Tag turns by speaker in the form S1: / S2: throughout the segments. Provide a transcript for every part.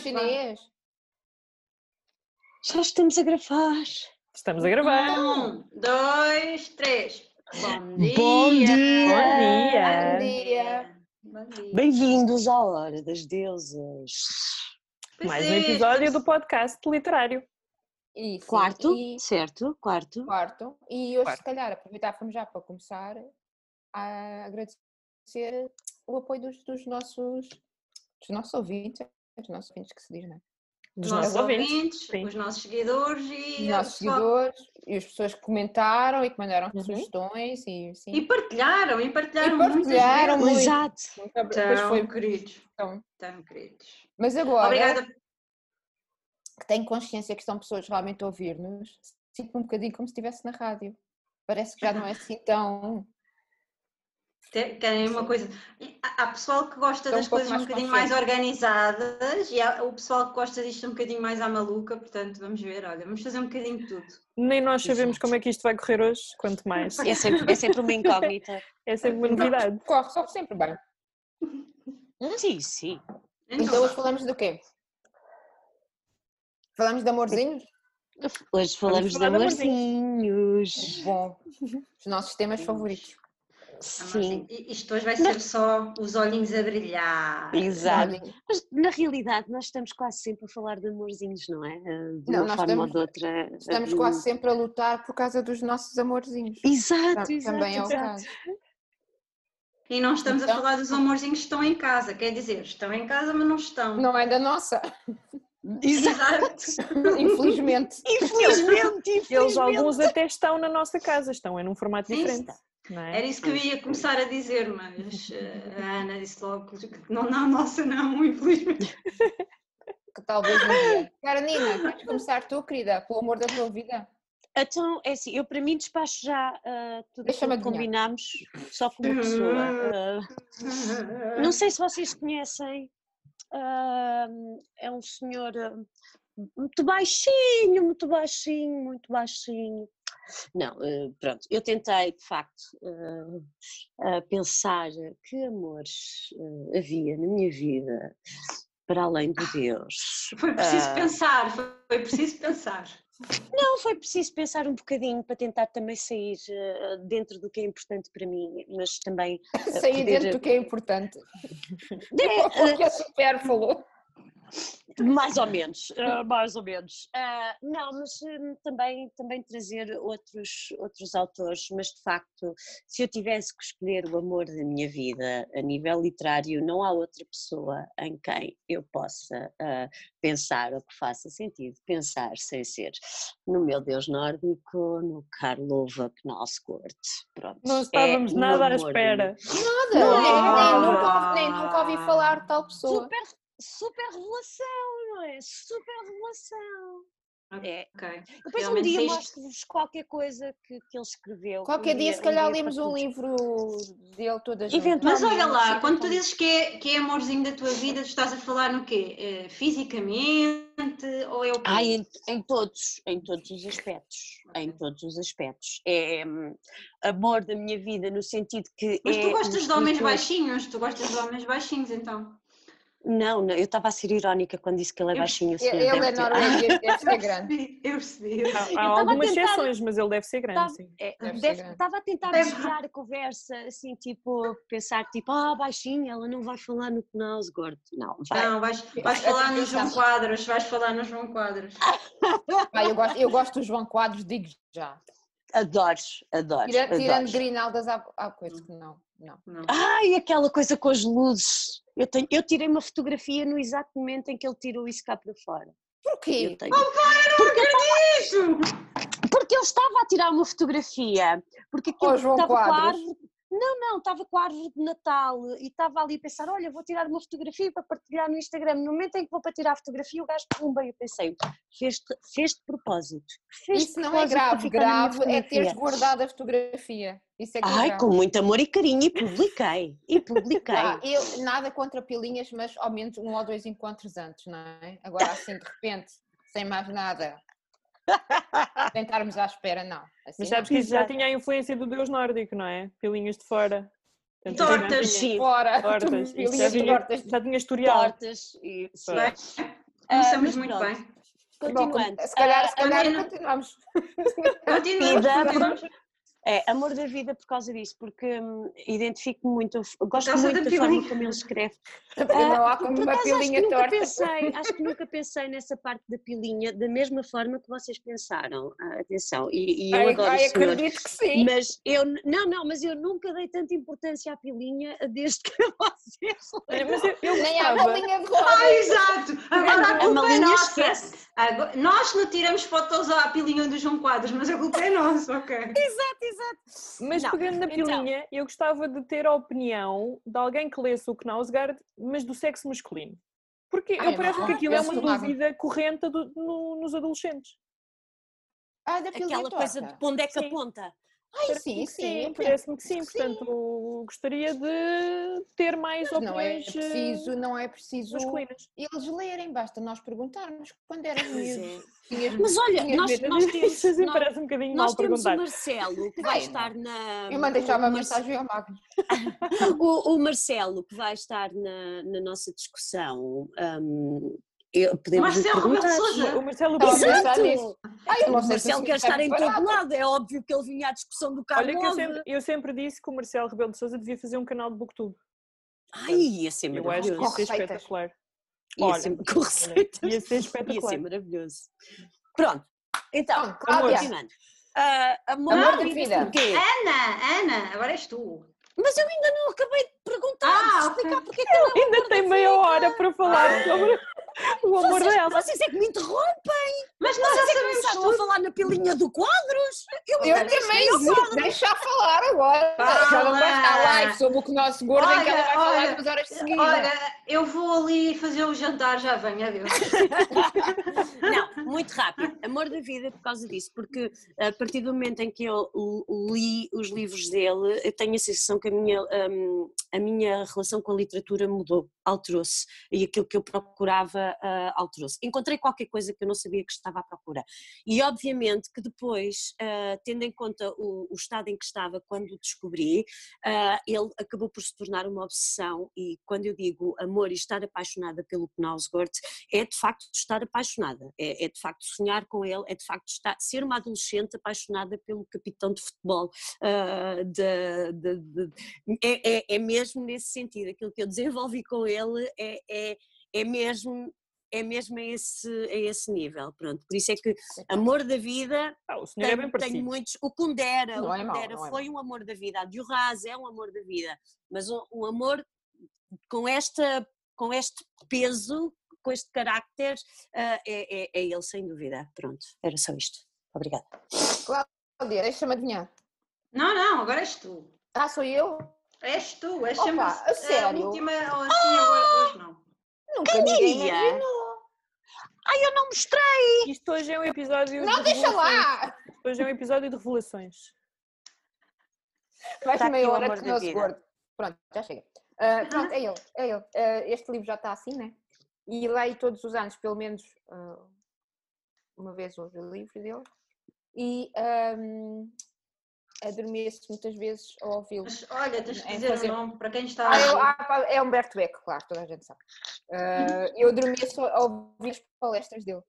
S1: chinês.
S2: Já estamos a gravar.
S3: Estamos a gravar.
S1: Não.
S4: Um, dois, três. Bom dia.
S2: Bom
S3: Bom
S2: dia.
S1: Bom
S3: dia!
S1: dia.
S4: Bom dia.
S2: Bem-vindos à Hora das Deusas.
S4: Pois
S3: Mais um
S4: é,
S3: episódio do podcast literário.
S1: Isso.
S2: Quarto,
S1: E
S2: certo? Quarto.
S1: quarto. E hoje,
S3: Quarto.
S1: se calhar, aproveitávamos já para começar a agradecer o apoio dos, dos nossos, dos nossos ouvintes. Dos nossos ouvintes que se diz, não é?
S3: Dos nossos ouvintes. sim.
S4: os nossos seguidores
S1: Dos
S4: e,
S1: nossos
S4: o pessoal-
S1: seguidores e as pessoas que comentaram e que mandaram
S3: Uhum.
S1: sugestões e sim.
S4: E partilharam, e partilharam,
S1: E
S4: muitas
S1: partilharam
S4: vezes.
S1: muito.
S2: Exato.
S1: Muito obri- pois
S4: Tão
S1: foi-
S4: queridos,
S1: então.
S4: tão queridos.
S1: Mas agora
S4: Obrigada.
S1: que tenho consciência que estão pessoas realmente a ouvir-nos, sinto-me um bocadinho como se estivesse na rádio. Parece que já não é assim tão.
S4: Te- Querem é uma
S1: Sim.
S4: coisa. Há há pessoal que gosta
S1: Estão um
S4: das
S1: pouco
S4: coisas um
S1: mais para a
S4: bocadinho mais organizadas e há o pessoal que gosta disto um bocadinho mais à maluca, portanto, vamos ver, olha, vamos fazer um bocadinho de tudo.
S3: Nem nós sabemos
S2: Exato.
S3: como é que isto vai correr hoje, quanto mais.
S2: É sempre, é sempre uma incógnita.
S3: É sempre uma novidade.
S1: Corre, só sempre bem.
S2: Sim, sim.
S4: Então,
S1: Então hoje
S4: vá.
S1: falamos do quê? Falamos de amorzinhos?
S2: Hoje falamos de
S3: falar de
S2: amorzinhos.
S1: Bom, os nossos temas favoritos.
S4: É
S2: Sim.
S4: assim, E- Isto hoje vai ser só os olhinhos a brilhar.
S2: Exato.
S1: Olhem,
S2: Mas na realidade nós estamos quase sempre a falar de amorzinhos, não é? De
S1: Não,
S2: uma
S1: nós
S2: forma
S1: estamos-
S2: ou de outra. eh,
S1: Estamos quase sempre a lutar por causa dos nossos amorzinhos. Tam-
S2: Exato, exato.
S1: Também é o
S2: exato.
S1: caso.
S4: E não estamos
S1: Então-
S4: a falar dos amorzinhos que estão em casa, quer dizer, estão em casa, mas não estão.
S1: Não é da nossa,
S2: Exato.
S4: Exato.
S1: infelizmente.
S2: Infelizmente,
S3: Eles,
S2: infelizmente.
S3: alguns até estão na nossa casa, estão é num formato diferente. Não é?
S4: Era isso que eu ia começar a dizer, mas eh, a Ana disse logo que não, não, nossa, não, infelizmente.
S1: Que talvez um dia. Cara Nina, queres começar tu, querida? Pelo amor da tua vida.
S2: Então, é assim, eu para mim despacho já ah, tudo
S1: Deixa-me
S2: aquilo que
S1: adivinhar.
S2: combinámos, só como pessoa. Ah, Não sei se vocês conhecem, ah, é um senhor ah, muito baixinho, muito baixinho, muito baixinho. Não, ah, pronto, eu tentei de facto ah, ah, pensar que amores ah, havia na minha vida para além de Deus.
S4: Foi preciso
S2: Ah.
S4: pensar, foi foi preciso pensar.
S2: Não foi preciso pensar um bocadinho para tentar também sair ah, dentro do que é importante para mim, mas também eh,
S1: Sair dentro do que é importante.
S2: É,
S1: O que a Super falou.
S2: Mais ou menos, eh, mais ou menos. Ah, não, mas hum, também, também trazer outros, outros autores, mas de facto, se eu tivesse que escolher o amor da minha vida a nível literário, não há outra pessoa em quem eu possa ah, pensar ou que faça sentido pensar sem ser no meu Deus nórdico, no Carlo Knausgård. Pronto.
S3: Não
S2: é
S3: estávamos
S2: o
S3: nada à
S2: amor da minha
S3: espera.
S1: Nada,
S2: Não.
S1: nem, nem nunca, ouvi- nem nunca ouvi falar de tal pessoa.
S2: Super, super revelação, não é? Super revelação.
S4: Ok.
S2: É,
S4: Ok.
S2: Depois um
S4: Realmente
S2: dia
S4: isto-
S2: mostro-vos qualquer coisa que, que ele escreveu.
S1: Qualquer
S2: Um
S1: dia, se calhar, lemos um
S2: partilho.
S1: livro dele todas
S2: Eventualmente.
S4: Mas
S2: Não,
S4: olha
S2: não,
S4: lá,
S2: chega
S4: quando tu
S2: com-
S4: dizes que é, que é amorzinho da tua vida, tu estás a falar no quê? Eh, Fisicamente ou é o quê?
S2: Ai, em, em todos, em todos os aspectos, em todos os aspectos. É hum, amor da minha vida no sentido que
S4: Mas tu
S2: é
S4: gostas
S2: um
S4: de homens
S2: escritor-
S4: baixinhos, tu gostas de homens baixinhos então.
S2: Não, não, eu estava a ser irónica quando disse que ele é
S4: Eu-
S2: baixinho. o
S1: Ele
S2: senhor
S1: ele
S2: deve
S1: é
S2: ter-
S1: norueguês, deve ser
S4: Eu
S1: grande.
S4: percebi, Eu percebi. eu percebi.
S3: Há
S2: estava a
S3: algumas
S2: tentar-
S3: exceções, mas ele deve ser grande,
S2: Estava-
S3: sim.
S2: É,
S1: Deve ser
S2: deve-
S1: grande.
S2: Estava a tentar
S4: Deve-
S2: desviar a conversa, assim, tipo, pensar, tipo, ah, baixinha, ela não vai falar no Knausgård. Não, vai.
S4: Não, vais, vais
S1: Eu-
S4: falar
S1: eu-
S4: no
S1: eu-
S4: João Quadros, vais falar no João Quadros.
S1: Ah, eu, gosto, eu gosto dos João Quadros, digo já.
S2: Adoro, adoro.
S1: Tira- tirando
S2: adoro.
S1: grinaldas, há, há coisa que não. não.
S4: Não.
S2: Ai, aquela coisa com as luzes. Eu, tenho- eu tirei uma fotografia no exato momento em que ele tirou isso cá para fora. Eu
S1: Porquê?
S2: tenho. porque, porque ele estava a tirar uma fotografia. Porque aquilo
S1: Oh, João
S2: estava com a
S1: Quadros.
S2: árvore. Não, não, estava com a árvore de Natal e estava ali a pensar: olha, vou tirar uma fotografia para partilhar no Instagram. No momento em que vou para tirar a fotografia, o gajo pumba. e Eu pensei: fez de fez de propósito. Fez de
S1: Isso não é
S2: propósito para
S1: grave.
S2: ficar na minha
S1: Grave é teres
S2: fotografia."
S1: guardado a fotografia. Isso é que é
S2: Ai,
S1: grave.
S2: com muito amor e carinho, e publiquei. E publiquei.
S1: Pá, eu nada contra pilinhas, mas ao menos um ou dois encontros antes, não é? Agora assim, de repente, sem mais nada. Sem estarmos à espera, não. Assim,
S3: Mas sabes
S1: não.
S3: que isso já tinha a influência do deus nórdico, não é? Pilinhas de fora. Portanto,
S4: Tortas.
S3: também
S2: Então,
S3: tinha
S2: Sim.
S1: Fora,
S3: Tortas. Isso já
S1: pilinhas
S3: vinha-
S1: tortas.
S3: Já tinha historial.
S2: tortas e
S3: Sim.
S4: Bem, Começamos
S2: Ah, mas
S4: muito
S2: pronto.
S4: bem.
S2: Continuando.
S1: Bom, se calhar, se
S4: Ah,
S1: calhar
S4: Ana-
S1: continuamos.
S4: Continuamos,
S2: Vida.
S4: continuamos.
S2: É, amor da vida por causa disso, porque hum, identifico-me muito, eu gosto
S4: causa
S2: muito
S4: da
S2: da forma
S4: pilinha.
S2: como ele escreve.
S1: não há como
S2: Por
S1: uma
S2: acaso,
S1: pilinha
S2: acho que nunca
S1: torta.
S2: pensei, acho que nunca pensei nessa parte da pilinha da mesma forma que vocês pensaram. Ah, atenção, e, e eu
S1: Ai,
S2: adoro
S1: ai,
S2: o senhor.
S1: acredito que sim.
S2: Mas eu, n- não, não, mas eu nunca dei tanta importância à pilinha desde que vocês
S3: Olha, mas eu, eu
S1: Nem há
S3: gostava.
S1: uma linha de roda.
S4: Ah, exato! Agora a
S2: A
S4: culpa é
S2: Malinha
S4: nossa.
S2: esquece.
S4: Agora- nós não tiramos fotos à pilinha do João Quadros, mas a culpa é nossa, ok?
S3: Mas
S2: Não,
S3: pegando na
S2: então-
S3: pilinha, eu gostava de ter a opinião de alguém que lesse o Knausgaard, mas do sexo masculino. Porque
S1: Ai,
S3: eu parece
S1: não,
S3: que aquilo é
S1: eu
S3: uma
S1: adorava.
S3: dúvida corrente do- no- nos adolescentes.
S1: Ah, da pilinha
S2: Aquela coisa de
S1: torta.
S2: onde é que
S3: Sim.
S2: aponta.
S1: Ai, sim,
S3: Parece-me que
S1: sim.
S3: Parece-me que sim.
S1: que sim.
S3: Portanto, gostaria de ter mais
S1: Mas Não é
S3: opiniões eh,
S1: preciso, não é preciso
S3: masculinas.
S1: eles lerem, basta nós perguntarmos quando eras
S2: Pois
S1: miúdo.
S2: é.
S1: tinhas-
S2: Mas olha,
S1: tinhas
S2: nós,
S1: medo.
S2: nós temos,
S3: Isso assim
S2: nós,
S3: parece um bocadinho
S2: nós
S3: mal
S2: temos o
S3: perguntar.
S2: Marcelo que
S1: Ai,
S2: vai
S1: não.
S2: estar na.
S1: Eu mandei já
S2: o
S1: uma
S2: Marce-
S1: mensagem ao Magno.
S2: O, o Marcelo, que vai estar na, na nossa discussão, hum, eu- podemos lhe
S4: Marcelo Rebelo de
S2: perguntar.
S4: Sousa.
S3: O Marcelo
S1: Estava a
S3: Pinto-
S1: pensar
S2: Exato!
S1: nisso. Ai, eu não
S2: O
S1: sei se o
S2: Marcelo
S1: senhor
S2: quer estar em todo
S1: assim, preparado.
S2: lado, é óbvio que ele vinha à discussão do Carmo.
S3: Olha que eu
S2: Ove.
S3: sempre, eu sempre disse que o Marcelo Rebelo de Sousa devia fazer um canal de booktube.
S2: Ai, ia ser
S3: Eu acho que
S2: maravilhoso.
S3: ia ser
S1: receitas.
S3: espetacular. é
S2: Ia ser,
S3: Olha,
S2: com receitas.
S3: Ia ser
S2: Ia ser
S3: espetacular.
S2: maravilhoso. Pronto, então,
S1: Pronto, Cláudia.
S2: continuando. Ah, amor,
S1: Amor
S2: da
S1: da
S2: vida,
S1: vida.
S2: porquê?
S3: É?
S4: Ana, Ana, agora és tu.
S2: Mas eu ainda não acabei de perguntar,
S4: Ah,
S2: de
S4: ok.
S2: explicar porque é que ela-
S3: Ainda tem meia hora para falar
S4: Ah,
S3: sobre o amor
S2: vocês,
S3: dela.
S2: vocês é que me interrompem!
S4: Mas nós já
S2: Vocês é que
S4: sabemos
S2: começaram a
S4: tudo.
S2: falar na pilinha do quadros! Eu,
S1: Eu
S2: ainda nem
S1: também,
S2: cheguei ao
S1: sim, deixa a falar agora. Já não vai estar
S4: Fala.
S1: live sobre o que o nosso gordo em que ela vai
S4: Olha,
S1: falar
S4: olha,
S1: duas horas seguidas.
S4: Olha, eu vou ali fazer o jantar, já venho, adeus.
S2: Não, muito rápido. Amor da vida por causa disso, porque a partir do momento em que eu l- li os livros dele, eu tenho a sensação que a minha, hum, a minha relação com a literatura mudou, alterou-se, e aquilo que eu procurava ah, alterou-se. Encontrei qualquer coisa que eu não sabia que estava à procura. E obviamente que depois, ah, tendo em conta o, o estado em que estava quando o descobri, ah, ele acabou por se tornar uma obsessão, e quando eu digo amor e estar apaixonada pelo Knausgård, é de facto estar apaixonada, é, é de facto sonhar com ele, é de facto estar, ser uma adolescente apaixonada pelo capitão de futebol. ah, da- da- da- é, é- é mesmo nesse sentido, aquilo que eu desenvolvi com ele é, é, é mesmo. É mesmo a esse, a esse nível, pronto. Por isso é que amor da vida
S3: Ah, o senhor é
S2: tenho,
S3: bem
S2: tenho
S3: parecido.
S2: muitos. O Kundera,
S1: Não
S2: o
S1: é mau,
S2: Kundera
S1: não é
S2: foi um amor da vida. A Diorraz é um amor da vida. Mas um, um amor com, esta, com este peso, com este carácter, ah, é, é- é ele, sem dúvida. Pronto, era só isto. Obrigada.
S1: Cláudia, deixa-me adivinhar.
S4: Não, não, agora és tu.
S1: Ah, sou eu?
S4: És tu, és
S1: Opa,
S4: sempre
S1: a sério?
S4: a última. Ou assim, agora- hoje não.
S1: Nunca
S2: Quem
S1: ninguém me
S2: diria?
S1: adivinou.
S2: Ai, eu não mostrei!
S3: Isto hoje é um episódio.
S1: Não,
S3: de
S1: deixa
S3: revelações.
S1: lá!
S3: Isto hoje é um episódio de revelações.
S1: Vai
S2: Tá
S1: ter meia
S2: aqui o
S1: hora
S2: amor
S1: que
S2: da
S1: nosso
S2: vida.
S1: gordo. Pronto, já chega. Ah, pronto, é ele, é ele. Ah, este livro já está assim, né? E leio todos os anos, pelo menos ah, uma vez o livro dele. E ahm, adormeço muitas vezes ao ouvi-lo.
S4: Mas olha, tens que
S1: É
S4: dizer
S1: fazer-
S4: o nome para quem está.
S1: Ah, eu- ah, pá, é Humberto Eco, claro, toda a gente sabe. Ah, eu adormeço ao ouvir as palestras dele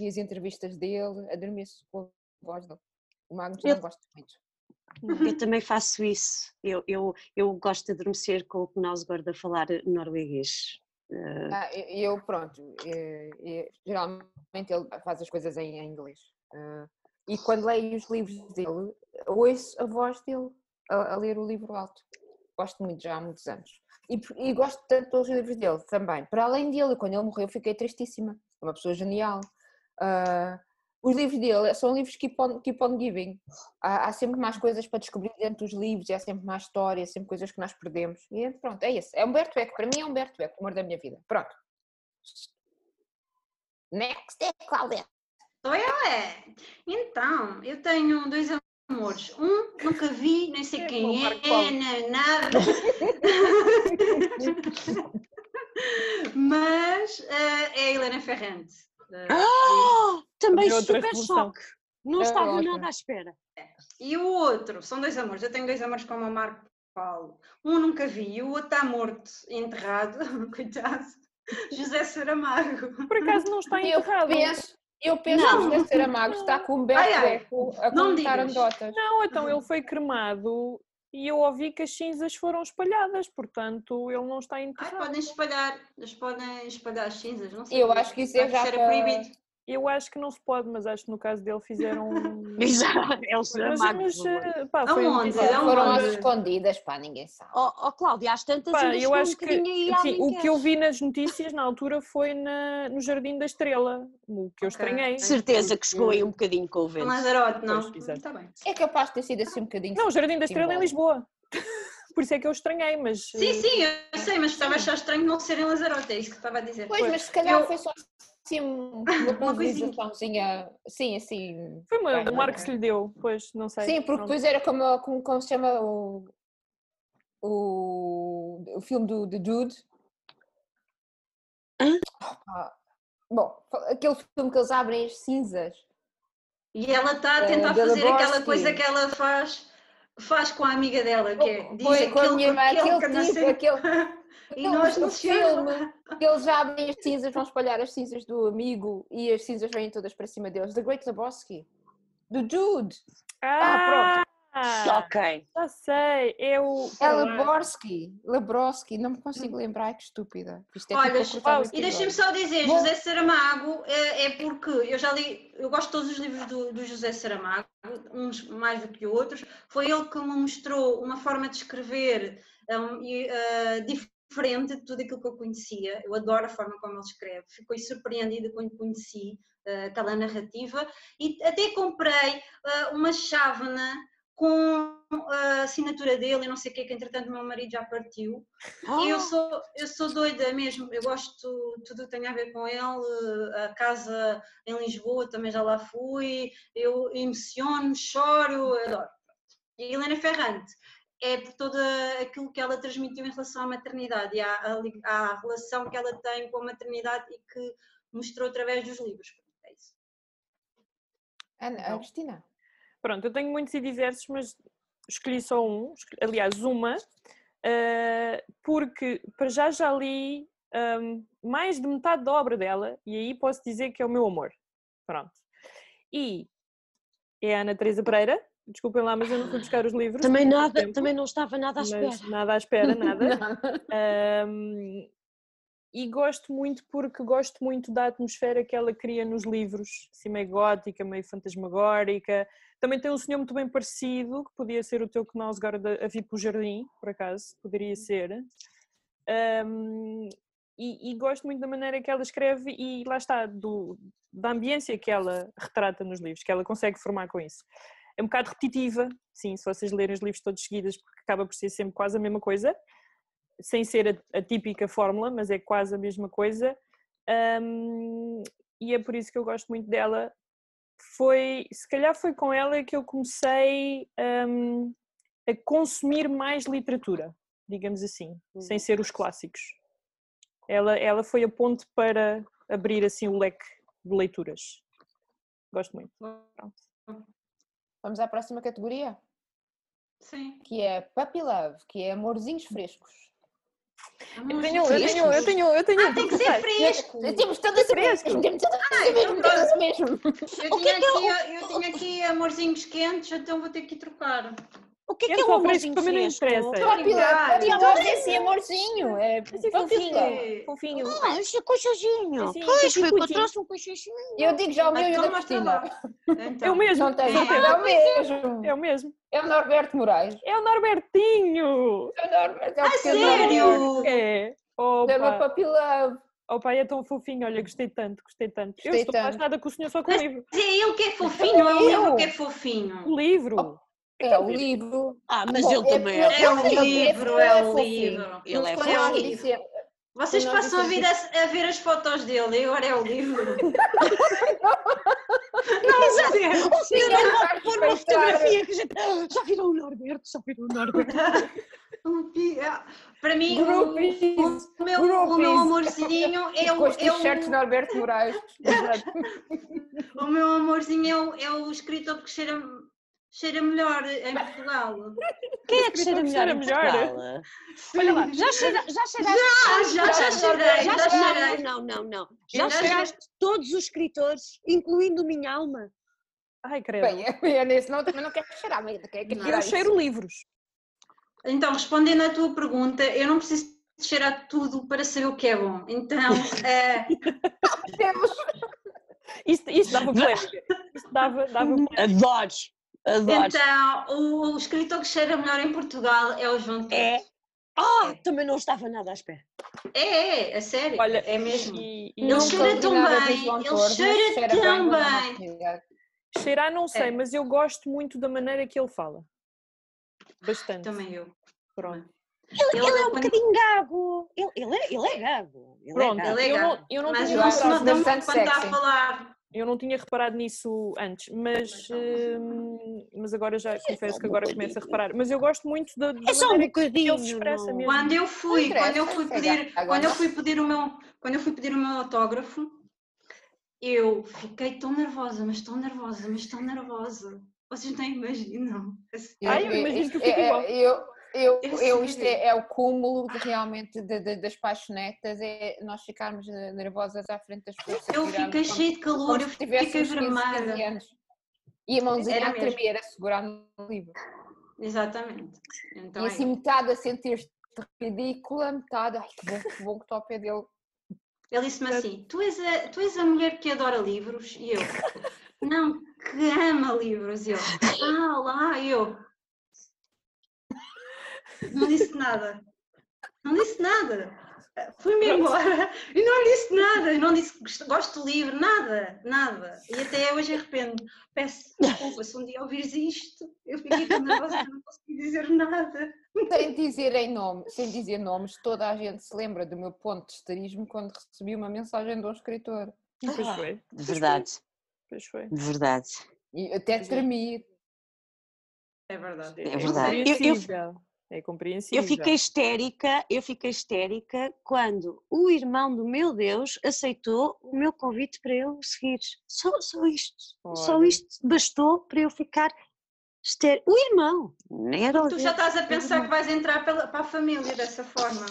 S1: e as entrevistas dele, adormeço com a voz dele. O Magnus
S2: Eu-
S1: não gosta muito.
S3: Uhum.
S2: Eu também faço isso. Eu, eu, eu gosto de adormecer com o Knausgård a falar norueguês. Ah,
S1: Ah, e- eu, pronto, eh, eh, geralmente ele faz as coisas em, em inglês. Ah, e quando leio os livros dele, ouço a voz dele a, a ler o livro alto. Gosto muito, já há muitos anos. E, por- e gosto tanto dos livros dele também. Para além dele, quando ele morreu, fiquei tristíssima. É uma pessoa genial. Ah, os livros dele são livros keep on, keep on giving. Há, há sempre mais coisas para descobrir dentro dos livros, e há sempre mais história, sempre coisas que nós perdemos. E é- pronto, é isso. É Humberto Eco, para mim é Humberto Eco, o amor da minha vida. Pronto. Next é Cláudia.
S4: Sou eu, é. Então, eu tenho dois amores. Um, nunca vi, nem sei
S3: É
S4: quem
S3: bom,
S4: é,
S3: Marco Paulo.
S4: nem nada. Mas eh, é a Helena Ferrante. Eh,
S2: Ah, também
S3: Havia outra
S2: super
S3: revolução.
S2: choque! Não
S1: É
S2: estava
S1: ótimo.
S2: nada à espera.
S4: E o outro, são dois amores. Eu tenho dois amores como o Marco Paulo. Um nunca vi, e o outro está morto, enterrado, coitado. José Saramago.
S3: Por acaso não está
S1: Eu
S3: enterrado.
S1: penso, eu penso
S4: Não.
S1: que o José Saramago está com um
S4: Ai,
S1: belo
S4: ai.
S1: eco a
S4: Não
S1: contar
S4: digas.
S1: anedotas.
S3: Não, então ele foi cremado e eu ouvi que as cinzas foram espalhadas, portanto ele não está
S4: Ai,
S3: enterrado.
S4: podem espalhar, eles podem espalhar as cinzas, não sei.
S1: Eu acho que isso é já
S4: era
S1: para-
S4: proibido.
S3: Eu acho que não se pode, mas acho que no caso dele fizeram. mas,
S2: Exato, é o Saramago.
S3: mas, eh, pá, foi um
S4: Aonde?
S3: bizarro.
S4: Não,
S1: Foram
S4: não.
S1: às escondidas, pá, ninguém sabe.
S2: Ó oh, Cláudia, às tantas
S3: Pá,
S2: ainda
S3: eu
S2: chegou um
S3: acho que-
S2: bocadinho aí à
S3: Sim, o que eu
S2: Alenquer.
S3: vi nas notícias na altura foi na- no Jardim da Estrela, o que
S4: Ok.
S3: eu estranhei.
S2: De certeza que chegou aí um bocadinho com o
S4: Um
S2: vento.
S4: Lazarote, não.
S3: Pois, exato.
S4: Está bem.
S1: É capaz de ter sido assim um bocadinho.
S3: Não, o Jardim da Estrela é em
S1: Simbólico.
S3: Lisboa. Por isso é que eu estranhei, mas. eh,
S4: Sim, sim, eu sei, mas estava a achar estranho não serem Lazarote, é isso que estava a dizer.
S1: Pois, mas se calhar
S4: Eu-
S1: foi só assim uma
S4: coisinha.
S1: localizaçãozinha. Sim, assim.
S3: Foi uma,
S1: Vai, vai,
S3: um ar que
S1: vai.
S3: se lhe deu, pois, não sei.
S1: Sim, porque
S3: Não-
S1: depois era como, como, como se chama o, o, o filme do, do Dude.
S2: Hã?
S1: Opa. Ah, Bom, aquele filme que eles abrem as cinzas.
S4: E ela está a
S1: É,
S4: tentar
S1: Bela
S4: fazer aquela
S1: Borski.
S4: coisa que ela faz, faz com a amiga dela, que é diz
S1: Oh, Foi com a
S4: aquilo
S1: minha irmã,
S4: aquilo
S1: aquele
S4: que não
S1: tipo,
S4: sei-
S1: aquele,
S4: E nós
S1: aquele
S4: não
S1: filme
S4: filme.
S1: que eles abrem as cinzas, vão espalhar as cinzas do amigo e as cinzas vêm todas para cima deles. The Great Lebowski. Do Dude.
S3: Ah, pronto.
S2: Ok.
S3: Já sei. É o.
S1: É Leborski. Lebrowski. Não me consigo lembrar, que estúpida. Isto é
S4: Hum.
S1: tipo
S4: Olha,
S1: a cortar o
S3: Lebowski.
S4: E deixem-me só dizer,
S1: Bom.
S4: José Saramago é, é porque eu já li, eu gosto de todos os livros do, do José Saramago, uns mais do que outros. Foi ele que me mostrou uma forma de escrever hum, e, ah, diferente de tudo aquilo que eu conhecia. Eu adoro a forma como ele escreve. Fiquei surpreendida quando conheci ah, aquela narrativa e até comprei ah, uma chávena com a assinatura dele e não sei o que, que entretanto meu marido já partiu.
S2: Ah,
S4: E Eu sou, eu sou doida mesmo, eu gosto, tudo que tem a ver com ele, a casa em Lisboa também já lá fui, eu emociono, choro, adoro. E Helena Ferrante é por todo aquilo que ela transmitiu em relação à maternidade e à, à li- à relação que ela tem com a maternidade e que mostrou através dos livros. É isso.
S1: Ana, a
S3: Não.
S1: Cristina.
S3: Pronto, eu tenho muitos e diversos, mas escolhi só um, escol- aliás, uma, eh, porque para já já li ahm, mais de metade da obra dela e aí posso dizer que é o meu amor. Pronto. E é a Ana Teresa Pereira. Desculpem lá, mas eu não fui buscar os livros.
S2: Também
S3: tive pouco
S2: nada,
S3: tempo,
S2: também não estava nada à espera.
S3: mas nada à espera, nada.
S1: Nada.
S3: Ahm, e gosto muito porque gosto muito da atmosfera que ela cria nos livros, assim meio gótica, meio fantasmagórica. Também tem um senhor muito bem parecido, que podia ser o teu Knausgaard a a vir para o jardim, por acaso,
S2: Uhum.
S3: poderia ser. Ahm, e, e gosto muito da maneira que ela escreve e lá está, do, da ambiência que ela retrata nos livros, que ela consegue formar com isso. É um bocado repetitiva, sim, se vocês lerem os livros todos seguidas, porque acaba por ser sempre quase a mesma coisa sem ser a, a típica fórmula, mas é quase a mesma coisa. Ahm, e é por isso que eu gosto muito dela. Foi, se calhar foi com ela que eu comecei ahm, a consumir mais literatura, digamos assim, sem ser os clássicos. Ela, ela foi a ponte para abrir assim o leque de leituras. Gosto muito.
S1: Vamos à próxima categoria,
S4: Sim.
S1: que é Puppy Love, que é amorzinhos frescos.
S3: Eu
S4: Vamos-
S3: tenho, eu tenho, eu tenho, eu tenho. um
S4: Ah, tem que ser fresco!
S1: Temos todas a
S3: Fresco.
S1: mesmo, temos todas a mesmo,
S4: então
S1: todas a mesmo.
S4: Eu tinha,
S3: é
S4: aqui, eu tinha aqui amorzinhos quentes, então vou ter que trocar.
S2: O que é que
S3: Eles
S2: é um
S3: são
S2: amorzinho
S3: frescos, também não
S2: fresco?
S3: interessa.
S4: Obrigada.
S1: Puppy Love, e amor é assim, amorzinho. É
S3: Assim,
S1: Puppy Love.
S3: fofinho, fofinho.
S2: Ah, isso é cochinchinho.
S3: Assim,
S2: Pois, foi que eu
S3: picotinho.
S2: trouxe um cochinchinho.
S1: Eu digo já o meu e o
S4: Então,
S1: da
S4: mostra
S1: Cristina.
S4: lá.
S3: É o
S4: Então.
S3: mesmo.
S1: Não tem,
S3: certeza.
S1: é o mesmo.
S3: É o mesmo.
S1: É o Norberto Moraes.
S3: É o Norbertinho!
S1: É o Norberto. é o
S4: Ah,
S1: pequeno
S4: sério?
S1: Norberto.
S3: É!
S1: É o meu
S3: Opa,
S1: Puppy Love.
S3: opa, é tão fofinho, olha, gostei tanto, gostei tanto. eu
S1: Gostei
S3: estou mais
S1: tanto.
S3: nada com o senhor, só com o livro.
S4: Mas é ele que é fofinho, ou é o
S1: Eu?
S4: livro que é fofinho?
S3: O livro!
S1: É o livro.
S2: Ah, mas
S1: Bom,
S2: ele também
S1: é-
S2: é.
S4: É o
S1: fofinho,
S4: livro,
S1: ele é
S4: é o
S1: fofinho.
S4: livro.
S2: Ele é
S1: Quando
S4: É o
S1: nós
S4: livro.
S2: fofinho.
S1: dizemos-
S4: Vocês
S1: Não,
S4: passam a
S1: disse-
S4: vida a, a ver as fotos dele, e agora é o livro.
S2: O senhor
S1: Sim,
S2: vai
S1: é
S2: pôr uma
S1: fresco,
S2: fotografia que a gente. Já viram o Norberto? Já viram o Norberto?
S4: Um pi- ah, Para mim, o,
S1: Groupies.
S4: o meu, o meu
S1: groupies.
S4: amorzinho é
S1: com
S4: o,
S1: os
S4: é
S1: t-shirts
S4: o,
S1: Norberto Moraes. Exato.
S4: o meu amorzinho é o, é o escritor que cheira, cheira melhor em Portugal.
S2: Quem é que cheira melhor?
S3: Escritor
S2: em
S3: que cheira melhor.
S2: Portugal? Olha lá, já cheira- já cheiraste.
S4: Ah, já, já cheirei, já cheirei.
S2: não, não, não. Já
S4: Ainda
S2: chegaste todos os escritores, incluindo minha alma.
S3: Ai, credo.
S1: Bem, é nesse não, também não quero cheirar, mas quero quero
S4: Não.
S1: tirar
S3: eu
S1: isso.
S3: cheiro livros.
S4: Então, respondendo à tua pergunta, eu não preciso de cheirar tudo para saber o que é bom. Então, eh,
S1: Deus,
S3: Isso, isso dava polémica. Isso dava, dava polémica.
S2: Adoro, adoro.
S4: então o, o escritor que cheira melhor em Portugal é o João
S2: É.
S4: Tejo.
S2: Ah, também não estava nada à espera.
S4: É, é, é sério.
S3: Olha,
S4: é mesmo.
S3: E, e
S4: Ele
S1: nunca
S4: cheira
S1: ouvi
S4: tão
S1: nada de
S4: bem,
S1: João
S4: ele
S1: Torres, mas
S4: cheira
S1: bem
S4: tão
S1: quando não
S4: bem.
S1: cheira.
S3: cheirar não sei,
S4: É.
S3: mas eu gosto muito da maneira que ele fala. Bastante.
S4: Também eu.
S3: Pronto.
S2: Ele,
S4: Ele-
S2: ele é um
S4: quando-
S2: bocadinho gago. Ele, ele é, ele é gago. Ele
S3: Pronto,
S2: é gago.
S4: Ele é
S3: eu
S4: gago,
S3: não, eu não
S4: Mas
S3: tinha
S1: eu acho
S4: não se
S3: reparado
S1: frase
S4: nota muito
S1: bastante
S4: quando está a
S1: sexy.
S4: falar.
S3: Eu não tinha reparado nisso antes, mas, hum, mas agora já confesso que agora começo a reparar. Mas eu gosto muito da, da
S2: É só um
S3: maneira que
S2: bocadinho.
S3: ele se expressa
S2: não-
S3: mesmo.
S4: Quando eu fui,
S1: interessa,
S4: quando eu fui
S1: não
S4: pedir,
S1: interessa.
S4: quando eu fui pedir o meu, quando eu fui pedir o meu autógrafo, eu fiquei tão nervosa, mas tão nervosa, mas tão nervosa. Vocês nem imaginam.
S3: Ai, eu
S1: É,
S3: imagino
S1: isto
S3: que eu fico
S1: é- é-
S3: igual.
S1: eu- eu-
S4: Eu Ah.
S1: eu-
S4: sei.
S1: isto é, é o cúmulo de, realmente de- de- das paixonetas, é nós ficarmos eh, nervosas à frente das pessoas.
S4: Eu
S1: virarmos
S4: fiquei
S1: como-
S4: cheia de calor,
S1: como
S4: eu
S1: se um tivéssemos 15,
S4: fiquei
S1: 15
S4: vermelha.
S1: anos. E a mãozinha
S4: Era
S1: a
S4: mesmo.
S1: tremer, a segurar no livro.
S4: Exatamente. Então,
S1: e
S4: é
S1: assim,
S4: isso.
S1: metade a sentir-te ridícula, metade, ai que bom, que bom que estou ao pé dele.
S4: Ele disse-me assim: tu és, a, tu és a mulher que adora livros? E eu, não, que ama livros. E eu, ah, lá, e eu. Não disse nada. Não disse nada. Fui-me embora e não lhe disse nada. Eu não disse que gosto- gosto de livro, nada, nada. E até hoje arrependo. Peço desculpa se um dia ouvires isto. Eu fiquei tão nervosa que não consegui dizer nada.
S1: Sem dizer em nome, sem dizer nomes, toda a gente se lembra do meu ponto de esterismo quando recebi uma mensagem de um escritor.
S3: Pois foi,
S2: Verdade,
S3: pois foi.
S2: verdade.
S1: E até
S3: Pois é.
S1: tremi.
S4: É verdade.
S2: É verdade. Eu- eu-
S3: compreensível. É compreensível.
S2: Eu fiquei histérica, eu fiquei histérica quando o irmão do meu Deus aceitou o meu convite para eu seguir. Só, só isto, só
S3: Olha.
S2: isto bastou para eu ficar histérica. O irmão, nem era o
S4: Tu já
S2: Deus.
S4: estás a pensar que vais entrar pela- para a família dessa forma.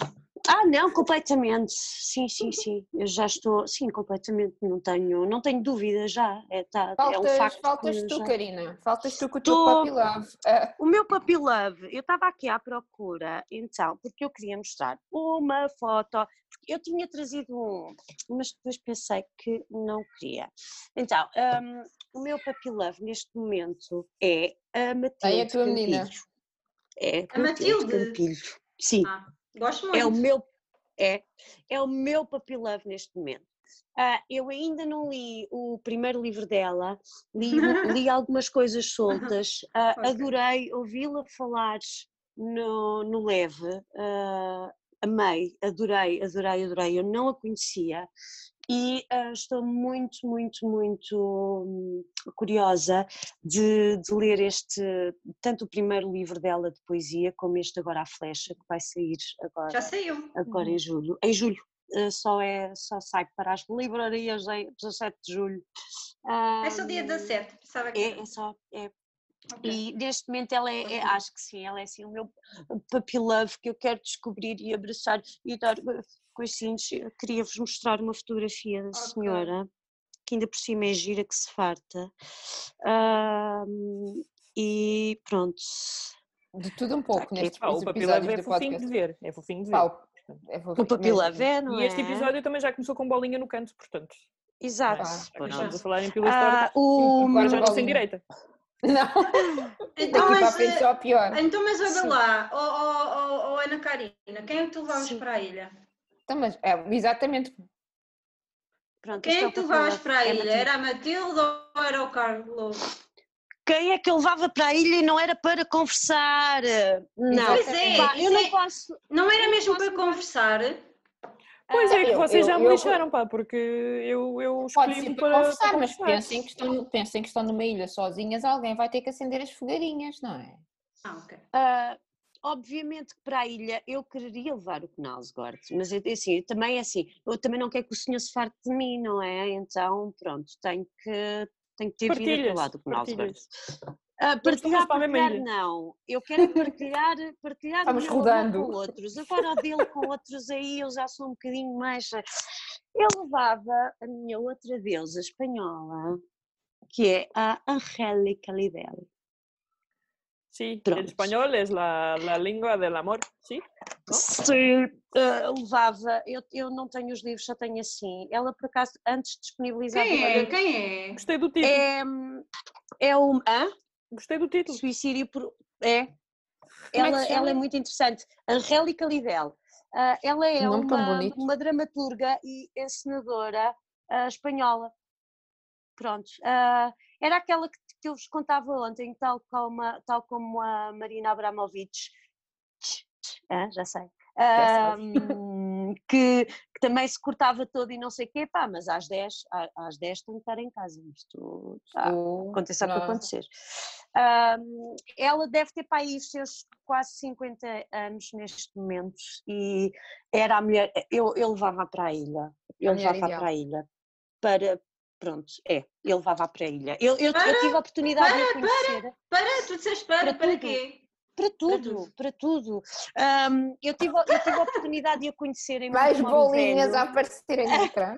S2: Ah, não, completamente. Sim, sim, sim. Eu já estou, sim, completamente. Não tenho, não tenho dúvida já. É, tá, é
S1: Faltas,
S2: um facto.
S1: faltas
S2: que
S1: tu,
S2: já-
S1: Karina. Faltas tu com o
S2: Tô-
S1: teu puppy love. Ah,
S2: O meu Puppy Love, eu estava aqui à procura, então, porque eu queria mostrar uma foto, porque eu tinha trazido um, mas depois pensei que não queria. Então, hum, o meu Puppy Love neste momento é a Matilde
S1: Aí a tua menina.
S2: Campilho. É
S4: A Matilde?
S2: Campilho. Sim,
S4: Ah, Gosto muito.
S2: é o meu é, é o meu puppy love neste momento. Ah, eu ainda não li o primeiro livro dela, li, li algumas coisas soltas, ah,
S4: Ok.
S2: adorei ouvi-la falar no, no Leve, ah, amei, adorei, adorei, adorei, eu não a conhecia e ah, estou muito, muito, muito hum, curiosa de, de ler este, tanto o primeiro livro dela de poesia, como este agora, A Flecha, que vai sair agora
S4: Já saiu.
S2: agora em julho. Em julho eh, só, é, só sai para as livrarias em 17 de julho.
S4: É só dia
S2: Ahm,
S4: 17. Pensava que
S2: Hum. É, é só. é.
S4: Ok.
S2: E neste momento ela é, é-
S4: Uhum.
S2: acho que sim, ela é assim o meu puppy love que eu quero descobrir e abraçar e dar eh, coisinhos. Eu Queria-vos mostrar uma fotografia da
S4: Ok.
S2: senhora, que ainda por cima é gira que se farta. Ahm, e pronto.
S1: de tudo um pouco
S2: Ok.
S1: nestes
S3: Pá, o Puppy
S1: episódios
S3: Love é
S1: do
S3: fofinho de
S1: podcast.
S3: ver. É fofinho de ver.
S1: Pá, o- é
S2: O
S1: fofinho
S2: puppy
S1: mesmo.
S2: love é, não
S3: e este
S2: é?
S3: episódio também já começou com bolinha no canto, portanto.
S2: Exato.
S1: Ah,
S3: Já que
S2: pronto.
S3: estamos a falar em pílulas
S2: Ah,
S3: tortas.
S2: o,
S3: Agora
S1: Guarda
S3: já não sem
S1: bolinha.
S3: direita.
S1: Não, daqui
S4: Então,
S1: para a
S4: mas,
S1: frente
S4: eh,
S1: só pior.
S4: então, mas olha
S2: Sim.
S4: lá, oh, oh, oh, oh, Ana Karina, quem é que tu levavas
S2: Sim.
S4: para a ilha?
S1: Então, mas, é, exatamente.
S2: pronto,
S4: Quem
S2: este
S4: é
S2: o
S4: que tu
S2: Puppy
S4: levavas
S2: Love,
S4: para a
S2: é
S4: ilha?
S2: Matilde.
S4: Era a Matilde ou era o Carlos?
S2: Quem é que eu levava para a ilha e não era para conversar? Não.
S1: Pois
S4: é,
S2: Pá, eu
S4: isso
S2: não
S4: é-
S2: posso.
S4: Não era mesmo
S2: posso
S4: para conversar?
S3: Pois é, que
S1: eu-
S3: vocês
S1: eu-
S3: já me
S1: eu-
S3: deixaram, pá, porque eu, eu
S1: Pode
S3: escolhi
S1: ser
S3: para, para
S1: para conversar, mas
S3: conversar.
S1: pensem que, estão, pensem que estão numa ilha sozinhas, alguém vai ter que acender as fogarinhas, não é?
S4: Ah, ok.
S2: ah, obviamente que para a ilha eu quereria levar o Knausgård, mas eu, assim, eu também assim, eu também não quero que o senhor se farte de mim, não é? Então, pronto, tenho que tenho que ter vida para o
S3: Partilhas,
S2: lado do Knausgård.
S3: partilhas.
S2: Ah, partilhar,
S3: todas para a mesma
S2: partilhar
S3: ilha.
S2: não. Eu quero é partilhar, partilhar o
S1: Vamos
S2: meu amor
S1: rodando.
S2: com outros. Agora o dele com outros aí eu já sou um bocadinho mais. Eu levava a minha outra deusa espanhola, que é a Angélica Liddell.
S3: Sí,
S2: Pronto.
S3: el espanhol é la, la língua del amor, sí?
S2: Se eh, levava, eu, eu não tenho os livros, só tenho assim. Ela, por acaso, antes disponibilizava.
S4: Quem é? Quem é?
S3: Gostei do título,
S2: É, é um. hã?
S3: gostei do título.
S2: Suicídio por. É.
S3: que
S2: Ela,
S3: se chama?
S2: ela é muito interessante. Angélica Liddell. Ah, ela é
S1: Nome tão
S2: uma,
S1: bonito.
S2: uma dramaturga e encenadora ah, espanhola. Pronto. Ah, era aquela que, que eu vos contava ontem, tal como a, tal como a Marina Abramovich. Ah, já sei.
S3: Já
S2: Ahm, que, que também se cortava todo e não sei o quê, pá, mas às 10, a- às 10 tenho que estar em casa. Isto, pá,
S1: Tu-
S2: aconteça o que
S1: Nossa.
S2: acontecer. Ahm, ela deve ter para aí os seus quase 50 anos neste momento e era a mulher, eu, eu levava para a ilha, eu
S1: A mulher
S2: levava
S1: ideal.
S2: para a ilha, para, pronto, é, eu levava para a ilha. Eu, eu, eu
S4: Para,
S2: tive a oportunidade de a conhecer
S4: Para, tu disseste para,
S2: Para
S4: para
S2: tudo.
S4: quê?
S2: para tudo,
S4: tudo.
S2: para tudo. Ahm, eu, tive, a- eu tive a oportunidade de a conhecer em
S1: Mais
S2: Montemor
S1: bolinhas
S2: Velho.
S1: a aparecerem no ecrã.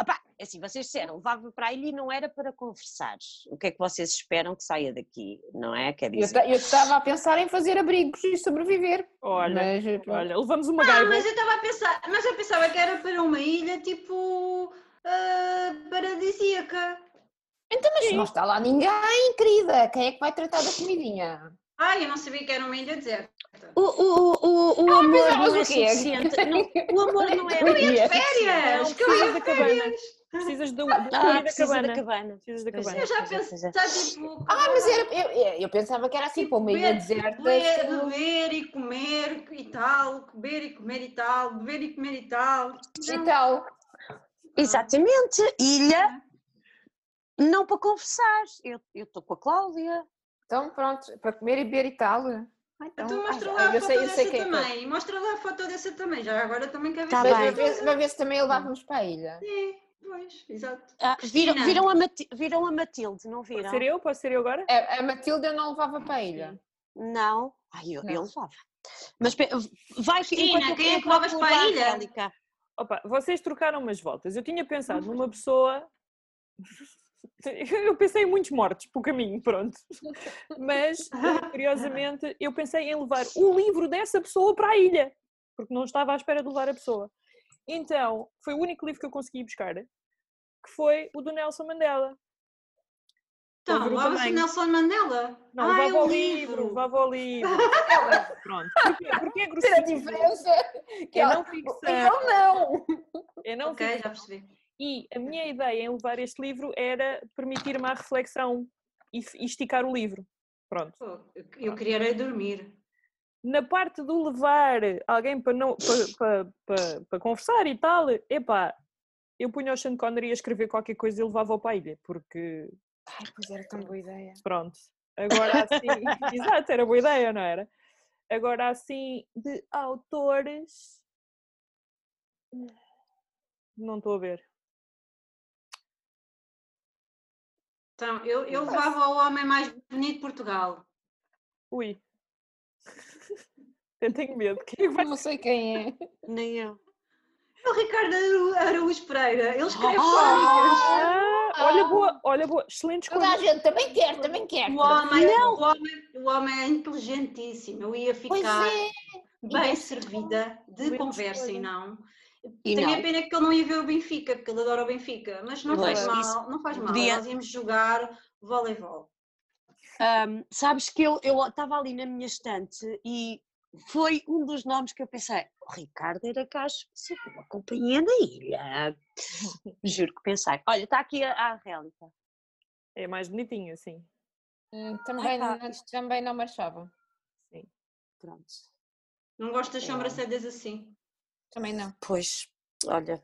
S2: Opá, é assim, vocês disseram, levava para a ilha e não era para conversar. O que é que vocês esperam que saia daqui, não é? Quer
S1: Eu
S2: dizer,
S1: ta- eu estava a pensar em fazer abrigos e sobreviver.
S3: Olha,
S1: mas, Né, pronto.
S3: olha, levamos uma
S4: Ah,
S3: gaiva.
S4: mas eu estava a pensar, mas eu pensava que era para uma ilha tipo ah, paradisíaca.
S1: Então, mas não está lá ninguém, querida. Quem é que vai tratar da comidinha?
S4: Ai, eu não sabia que era uma ilha deserta.
S2: O, o, o, o, o amor
S1: pensavas
S2: não é
S1: o quê?
S2: suficiente. Não, o amor não é.
S1: Eu ia de
S4: Férias!
S3: Não,
S4: que eu ia
S3: precisas
S4: de
S3: da cabana.
S4: férias!
S3: Precisas do, do
S2: Ah,
S3: ah, da
S2: precisa da
S3: cabana.
S2: cabana.
S3: Precisas da
S2: Pois
S3: cabana.
S4: Eu já
S2: Pois é, pois é.
S4: pensei, tipo.
S1: Ah, mas era, eu, eu- eu pensava que era assim, para uma ilha deserta.
S4: Beber,
S1: com-
S4: beber e comer e tal, beber e comer e tal, beber e comer e tal.
S1: e tal.
S2: Exatamente. Ilha, não para conversar. Eu eu estou com a Cláudia.
S1: Então, pronto, para comer e beber e tal. Ah, então,
S4: Então mostra
S1: ah,
S4: lá a
S1: eu
S4: foto
S1: sei, eu
S4: dessa
S1: sei que é. Mas,
S4: também. Mostra lá a foto dessa também. Já agora também quer ver.
S2: Tá
S4: se-
S1: para,
S2: bem.
S1: ver, para ver se também levávamos para a ilha.
S4: Sim, pois, exato.
S2: Ah, viram,
S4: Cristina.
S2: viram, a Mati- viram a Matilde, não
S3: Pode
S2: viram?
S3: ser eu? Pode ser eu agora?
S1: A, a Matilde eu não levava para a ilha.
S2: Não. Ai, eu,
S1: Não.
S2: eu levava. Mas pe- vai
S4: Cristina,
S2: enquanto eu-
S4: quem é que
S2: enquanto
S4: levas
S2: eu
S4: para a
S2: procuro
S4: ilha?
S2: Angélica.
S3: Opa, vocês trocaram umas voltas. Eu tinha pensado numa pessoa. Eu pensei em muitos mortos pelo caminho, pronto. Mas, eh, curiosamente, eu pensei em levar o livro dessa pessoa para a ilha, porque não estava à espera de levar a pessoa. Então, foi o único livro que eu consegui buscar, que foi o do Nelson Mandela.
S1: um
S4: Então,
S3: Lembro
S4: levava-se
S3: também.
S4: o Nelson Mandela.
S3: Não,
S4: ah, é
S3: levava
S4: o
S3: ao livro,
S4: livro.
S3: levava ao livro. Pronto. Porque, porque é
S1: Ser a
S3: grosseiro.
S1: diferença. Que
S3: É
S1: ela-
S3: não ficção.
S1: Eu não!
S3: É não
S4: tá então, Ok,
S3: ficção.
S4: já percebi.
S3: E a minha ideia em levar este livro era permitir-me a reflexão e, f- e esticar o livro. Pronto.
S4: Pô, eu- Eu queria era dormir.
S3: Na parte do levar alguém para, não, para, para, para, para conversar e tal, epá, eu punha o Sean Connery a escrever qualquer coisa e levava-o para a ilha, porque
S1: Ai, pois era tão boa ideia.
S3: pronto. Agora assim, exato, era boa ideia, não era? Agora assim, de autores. Não estou a ver.
S4: Então, eu, eu levava o homem mais bonito de Portugal.
S3: Ui. Eu tenho medo. Quem é que vai
S1: Não sei quem é.
S2: Nem eu.
S4: É O Ricardo Aru- Araújo Pereira. Ele escreve
S1: Oh!
S2: Ah!
S4: crónicas.
S3: Ah, olha boa, olha boa, excelente
S1: Toda a
S3: escolha.
S1: gente também quer, também quer.
S4: O homem, o, homem, o homem é inteligentíssimo. Eu ia
S1: Pois
S4: ficar
S1: é.
S4: bem servida de
S3: Excelente
S4: conversa e
S3: escolha.
S4: não.
S2: E
S4: Tenho
S2: não.
S4: a pena que ele não ia ver o Benfica, porque ele adora o Benfica. Mas não
S2: Pois,
S4: faz mal,
S2: isso
S4: não faz mal.
S2: podia-
S4: Nós íamos jogar voleibol.
S2: Ahm, sabes que eu eu estava ali na minha estante e foi um dos nomes que eu pensei, o Ricardo era Caixa, uma companhia da ilha. Juro que pensei. Olha, está aqui a, a Angélica.
S3: É mais bonitinho, assim.
S1: Hum, Também,
S2: pá,
S1: não- também não marchava.
S2: Pronto.
S4: Não gosto
S1: É.
S4: das sobrancelhas assim.
S1: Também não.
S2: Pois, olha.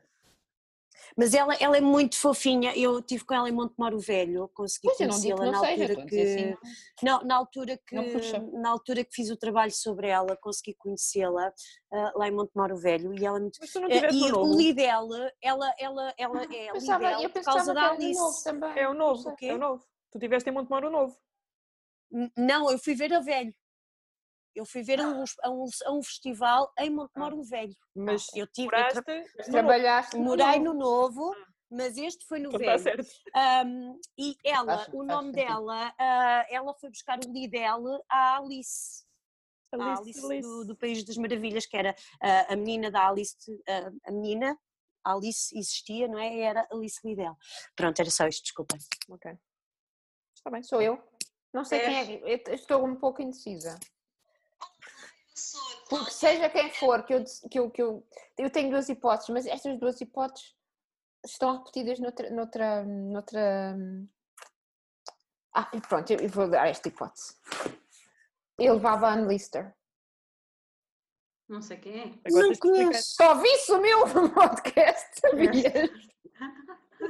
S2: Mas ela, ela é muito fofinha. Eu estive com ela em Montemor o Velho, consegui
S1: Pois eu não digo que
S2: conhecê-la
S1: não
S2: na
S1: seja,
S2: altura
S1: estou a
S2: que.
S1: dizer assim. não.
S2: Não, na altura que
S1: Não puxa.
S2: na altura que fiz o trabalho sobre ela, consegui conhecê-la ah, lá em Montemor o Velho e ela me
S3: Mas se não
S2: Eh,
S3: tivesse
S2: e
S3: o
S2: o
S3: novo,
S2: Lidl, ela, ela, ela é
S1: Eu
S2: a
S1: pensava,
S2: um Lidl
S1: eu
S2: por
S1: pensava
S2: causa
S1: que
S2: da
S1: era do
S2: Alice.
S1: novo também.
S3: é o novo,
S2: o quê?
S3: é o novo. Tu tiveste em Montemor o novo.
S2: N- Não, eu fui ver a velho. Eu fui ver a um, a um, a um festival em Montemoro Velho.
S3: Mas
S2: Eu tive, eu tra-
S3: moraste,
S1: Trabalhaste no
S2: morei
S1: novo.
S2: no Novo, Ah. Então tá mas este foi no
S3: não está
S2: Velho.
S3: Tá certo.
S2: Um, e ela,
S1: Faz-
S2: o
S1: faz
S2: nome
S1: sentido.
S2: dela, ah, ela foi buscar o Lidl à Alice, à
S3: Alice,
S2: Ah, Alice,
S3: Alice.
S2: Do, do País das Maravilhas, que era ah, a menina da Alice, ah, a menina, a Alice existia, não é? Era Alice Lidl. Pronto, era só isto, desculpa.
S3: Ok. Está bem.
S1: Sou eu? Não sei
S4: És.
S1: quem é. eu estou um pouco indecisa. Porque seja quem for, que eu, dec- que eu, que eu, eu tenho duas hipóteses, mas estas duas hipóteses estão repetidas noutra. noutra, noutra... hum, Ah, e pronto, eu eu vou dar esta hipótese. Eu levava a Anne Lister.
S4: Não sei quem é.
S3: Agora
S2: não
S3: tens de explicar.
S2: conheço.
S1: Só vi isso o meu podcast, sabias?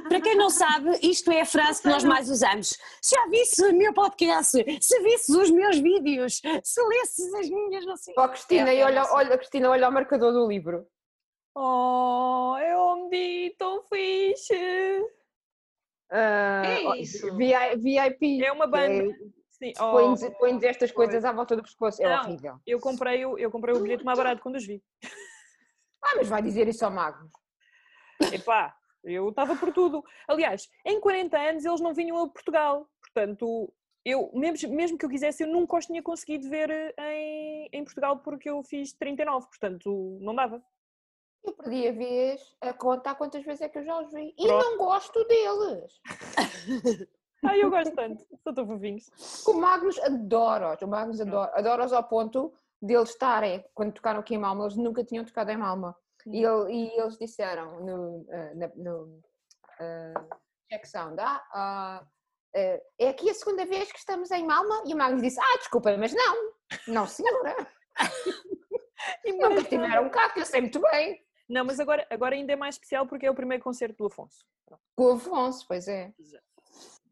S2: Para quem não sabe, isto é a frase que nós mais usamos. Se já visse o meu podcast, se visses os meus vídeos, se lesses as minhas, não sei.
S1: Ó, Cristina,
S2: É,
S1: e
S2: é
S1: olha,
S2: nossa.
S1: olha, Cristina, olha o marcador do livro.
S3: Oh, é Omdi, tão fixe!
S1: Ah,
S4: É
S1: ó,
S4: isso.
S1: VI VIP.
S3: É uma banda.
S1: É,
S3: Sim, oh,
S1: Põe-nos põe-nos estas
S3: pois.
S1: coisas à volta do pescoço. É
S3: Não.
S1: horrível.
S3: eu, comprei o, eu comprei o bilhete mais barato quando os vi.
S1: Ah, mas vai dizer isso ao mago.
S3: Epá, eu estava por tudo. Aliás, em 40 anos eles não vinham a Portugal. Portanto, eu, mesmo, mesmo que eu quisesse, eu nunca os tinha conseguido ver eh, em, em Portugal porque eu fiz 39, portanto, não dava.
S1: Eu perdi a vez a contar quantas vezes é que eu já os vi. E
S3: Pronto.
S1: não gosto deles.
S3: Ai, eu gosto tanto, são tão fofinhos.
S1: O Magnus adora-os. O Magnus adora- adora-os ao ponto de eles estarem, quando tocaram aqui em Malma, eles nunca tinham tocado em Malma. E, ele- e eles disseram no, ah, na- no ah, Check Sound, ah, ah, eh, é aqui a segunda vez que estamos em Malma? E o Magnus disse, ah, desculpa, mas não. Não, senhora.
S3: é.
S1: Nunca tiveram cá, que eu sei muito bem.
S3: Não, mas agora, agora ainda é mais especial porque é o primeiro concerto do Afonso.
S1: Com o Afonso, pois é.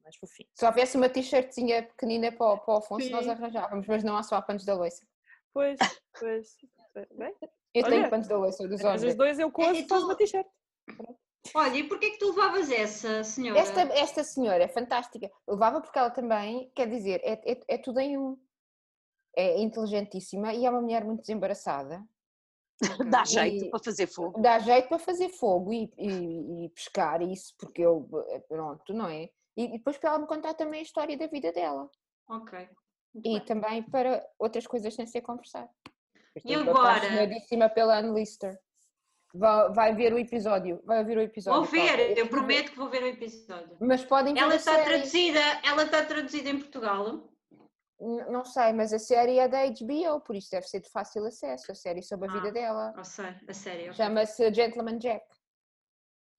S3: Mais fofinho.
S1: Se houvesse uma t-shirtzinha pequenina para o, para o Afonso, nós
S3: Sim.
S1: arranjávamos, mas não há só panos da loiça.
S3: Pois, pois. Bem,
S1: Eu
S3: Olha,
S1: tenho panos da loiça dos
S3: mas os
S1: olhos.
S3: dois eu coço e faço uma t-shirt.
S4: Olha, e porquê que tu levavas essa, senhora?
S1: Esta, esta senhora é fantástica. Levava porque ela também, quer dizer, é, é, é tudo em um. É inteligentíssima e é uma mulher muito desembaraçada.
S2: Dá jeito
S1: E-
S2: para fazer fogo.
S1: Dá jeito para fazer fogo e, e, e pescar isso, porque eu, pronto, não é? E, e depois para ela me contar também a história da vida dela.
S4: Ok. Muito
S1: E
S4: bem.
S1: também para outras coisas sem ser conversar. é
S4: E
S1: Eu estou
S4: agora?
S1: apaixonadíssima pela Anne Lister. Vai, vai ver o episódio. Vai ver o episódio.
S4: Vou ver,
S1: Paulo.
S4: eu prometo que vou ver o episódio.
S1: Mas podem ver
S4: Ela
S1: a
S4: está
S1: série.
S4: traduzida, ela está traduzida em Portugal.
S1: N- Não sei, mas a série é da HBO, por isso deve ser de fácil acesso. A série sobre a
S4: Ah.
S1: vida dela.
S4: Não sei, a sério.
S1: Chama-se Gentleman Jack.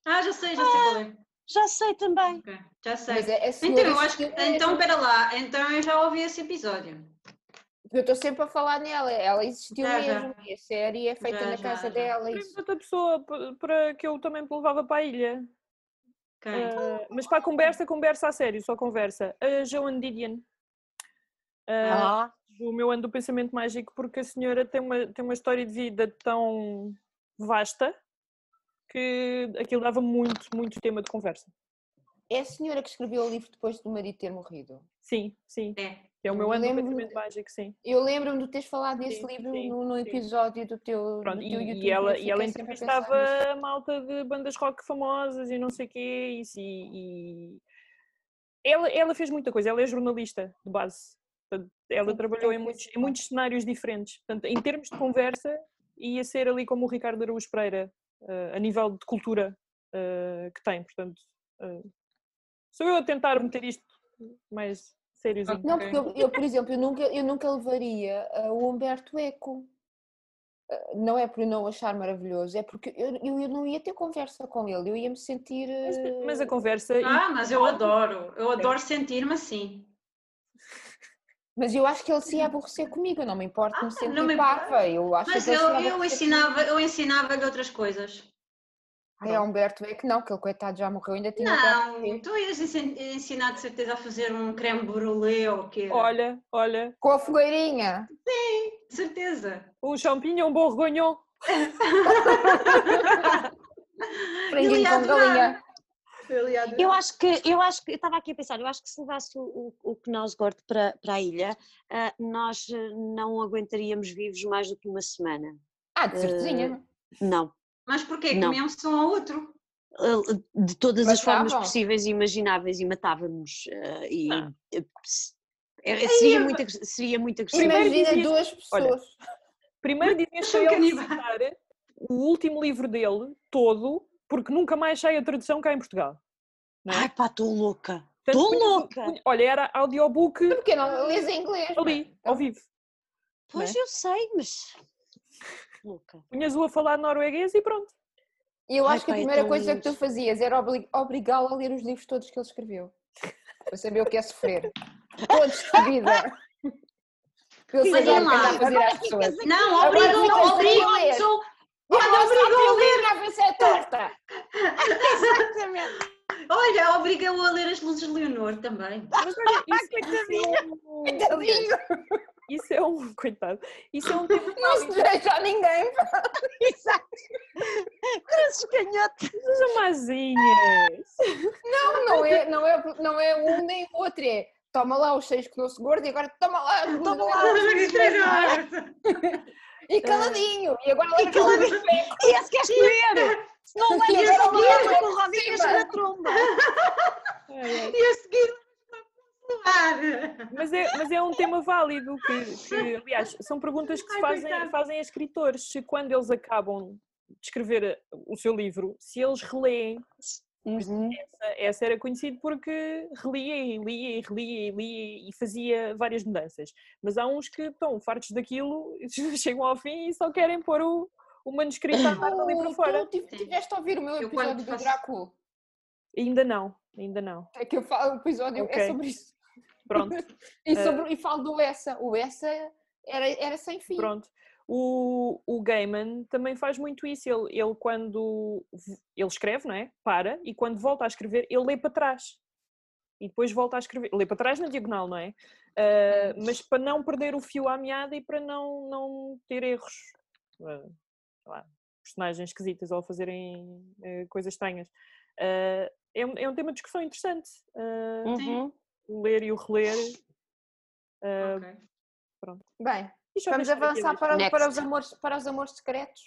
S4: Ah, já sei, já sei qual é.
S2: Ah, Já sei também.
S4: Ok, Já sei.
S1: Mas é, é
S4: Então, eu acho que. Então, espera lá. Então, eu já ouvi esse episódio.
S1: Eu estou sempre a falar nela. Ela existiu
S4: Já, já.
S1: mesmo. E a série é feita
S4: Já,
S1: na
S4: já,
S1: casa
S4: já.
S1: dela.
S3: Para
S1: Isso.
S3: outra pessoa p- para que eu também levava para a ilha.
S4: Ok.
S3: Ah, mas para a conversa, conversa a sério, só conversa. A Joan Didion. Ah,
S2: Ah,
S3: O meu ano do pensamento mágico, porque a senhora tem uma, tem uma história de vida tão vasta que aquilo dava muito, muito tema de conversa.
S1: É a senhora que escreveu o livro depois do marido ter morrido.
S3: Sim, sim.
S4: É.
S3: É o meu
S1: Eu
S3: ano do
S1: lembro-me
S3: pensamento mágico, sim.
S1: Eu lembro-me de teres falado desse
S3: Sim,
S1: livro
S3: sim,
S1: no, no
S3: sim.
S1: episódio do teu, do
S3: Pronto,
S1: teu
S3: e,
S1: YouTube.
S3: e ela,
S1: eu
S3: e ela
S1: fiquei sempre a pensar
S3: entrevistava
S1: nisso.
S3: a malta de bandas rock famosas e não sei o quê, isso, e, e- Ela, ela fez muita coisa, ela é jornalista de base, portanto, ela
S1: Sim,
S3: trabalhou
S1: tem
S3: em
S1: que
S3: muitos,
S1: ser
S3: em muitos cenários diferentes, portanto, em termos de conversa, ia ser ali como o Ricardo Araújo Pereira, eh, a nível de cultura eh, que tem, portanto, eh, sou eu a tentar meter isto mais sériozinho.
S1: Não,
S4: Ok.
S1: porque eu, eu, por exemplo, eu nunca, eu nunca levaria ah, o Humberto Eco. Ah, Não é por eu não o achar maravilhoso, é porque eu, eu, eu não ia ter conversa com ele, eu ia me sentir.
S3: Mas,
S1: ah,
S3: mas a conversa...
S4: Ah, mas eu adoro. Eu adoro sentir-me assim.
S1: Mas eu acho que ele se ia aborrecer comigo, eu não me importo de me sentir
S4: Uhum. Ah, não me importa.
S1: parva. Eu acho
S4: Mas
S1: que é ele se
S4: eu,
S1: ia
S4: eu
S1: aborrecer
S4: ensinava-lhe eu ensinava outras coisas.
S3: Ah,
S1: comigo. Ai,
S2: é um-
S1: ao Humberto Eco, não, que ele coitado já morreu, ainda tinha.
S4: Não,
S1: tempo.
S4: tu ias ensin- ensinar de certeza a fazer um creme brulee ou o quê?
S3: Olha, olha,
S1: Com a fogueirinha.
S4: De certeza.
S3: Um champignon bourguignon.
S1: Franguinho
S4: ia
S1: com
S4: adorar.
S1: galinha.
S4: aliado.
S2: Eu acho que, eu acho que, eu estava aqui a pensar, eu acho que se levasse o, o, o Knausgård para, para a ilha, ah, nós eh, não aguentaríamos vivos mais do que uma semana.
S1: Ah, de
S4: Eh,
S1: certezinha.
S2: Não.
S4: Mas porquê?
S2: Não.
S4: Comiam-se um ao outro.
S2: Eh, De todas as formas
S1: Matavam?
S2: possíveis e imagináveis e matávamos. eh, e,
S3: Ah.
S2: eh, se- eh, seria, muito, agres- seria muito agressivo.
S1: Imagina
S3: dizia-
S1: duas
S3: Olha,
S1: pessoas.
S3: Primeiro dizias
S4: são
S3: para ele
S4: canibais.
S3: visitar o último livro dele, todo, porque nunca mais sai a tradução cá em Portugal.
S2: Ai pá, estou louca.
S3: Portanto,
S2: Estou
S3: punhas o-
S2: louca.
S3: punha- Olha, era audiobook
S1: Porque não lês em inglês.
S3: ali, ao vivo.
S2: Pois eu sei, mas. Louca.
S3: Punhas-o a falar norueguês e pronto.
S1: Eu
S2: Ai,
S1: acho que a
S2: pá,
S1: primeira
S2: então
S1: coisa que tu
S2: eles-
S1: fazias era obli- obrigá-lo a ler os livros todos que ele escreveu. Para saber o que é sofrer. Todos de vida. Para ele saber o que
S4: Olhem lá,
S1: está a fazer às pessoas.
S4: Não,
S1: Agora ficas
S4: obrigam,
S1: sem
S4: obrigam-nos.
S1: ler.
S4: ao-
S1: Quando obrigou a
S4: obrigou
S1: ler, na vez é torta. Exatamente.
S4: Olha, obrigam-o a ler as luzes de Leonor também.
S3: Mas olha, isso, isso é um-
S1: Então,
S3: aliás,
S1: Tadinho,
S3: isso é um. Coitado. Isso é um tema.
S1: Não se deseja a ninguém.
S2: Exato. Cruzes canhotas.
S3: Mas amazinhas!
S1: Não, não é, não, é, não é um nem o outro. É toma lá os seis que não se gordo e agora toma lá. as
S2: Toma
S1: luzes.
S2: lá.
S1: E caladinho. E agora leva
S2: caladinho.
S1: caladinho.
S2: E esse queres comer? Se não
S1: E
S2: levas
S1: agora leva
S2: a
S1: um
S2: colher com
S1: por
S2: rodinhas
S1: cima.
S2: na tromba.
S3: Ai, ai.
S4: E a seguir, vamos
S3: Mas é, mas é um tema válido que, que, aliás, são perguntas que se
S4: Ai,
S3: fazem,
S4: coitado.
S3: fazem a escritores. Se quando eles acabam de escrever o seu livro, se eles releem,
S2: Uhum.
S3: essa, essa é, era conhecida porque relia e lia e relia e lia e fazia várias mudanças. Mas há uns que estão fartos daquilo, chegam ao fim e só querem pôr o, o manuscrito à tarde ali para fora.
S1: Tu tiv- tiveste a ouvir o meu
S4: Eu
S1: episódio
S4: quando
S1: do
S4: faço-
S1: Drácula.
S3: Ainda não, ainda não.
S1: É que eu falo, o episódio é
S3: Ok.
S1: sobre isso.
S3: Pronto.
S1: E,
S4: Eh,
S3: Ah.
S1: sobre, e falo do Essa. O Essa era, era sem fim.
S3: Pronto. O, o Gaiman também faz muito isso. Ele, ele quando v- ele escreve, não é? Para, e quando volta a escrever, ele lê para trás. E depois volta a escrever. Lê para trás na diagonal, não é? Ah, mas para não perder o fio à meada e para não, não ter erros. ah, sei lá, personagens esquisitas ou fazerem eh, coisas estranhas. Ah, é, um, é um tema de discussão interessante. ah,
S1: Hum.
S2: Uhum.
S3: o ler e o reler. ah,
S4: Ok.
S1: Bem,
S3: e já
S1: vamos
S3: deixar aqui
S1: avançar
S3: as-
S1: para, para, os
S2: Next.
S1: amores, para os amores secretos.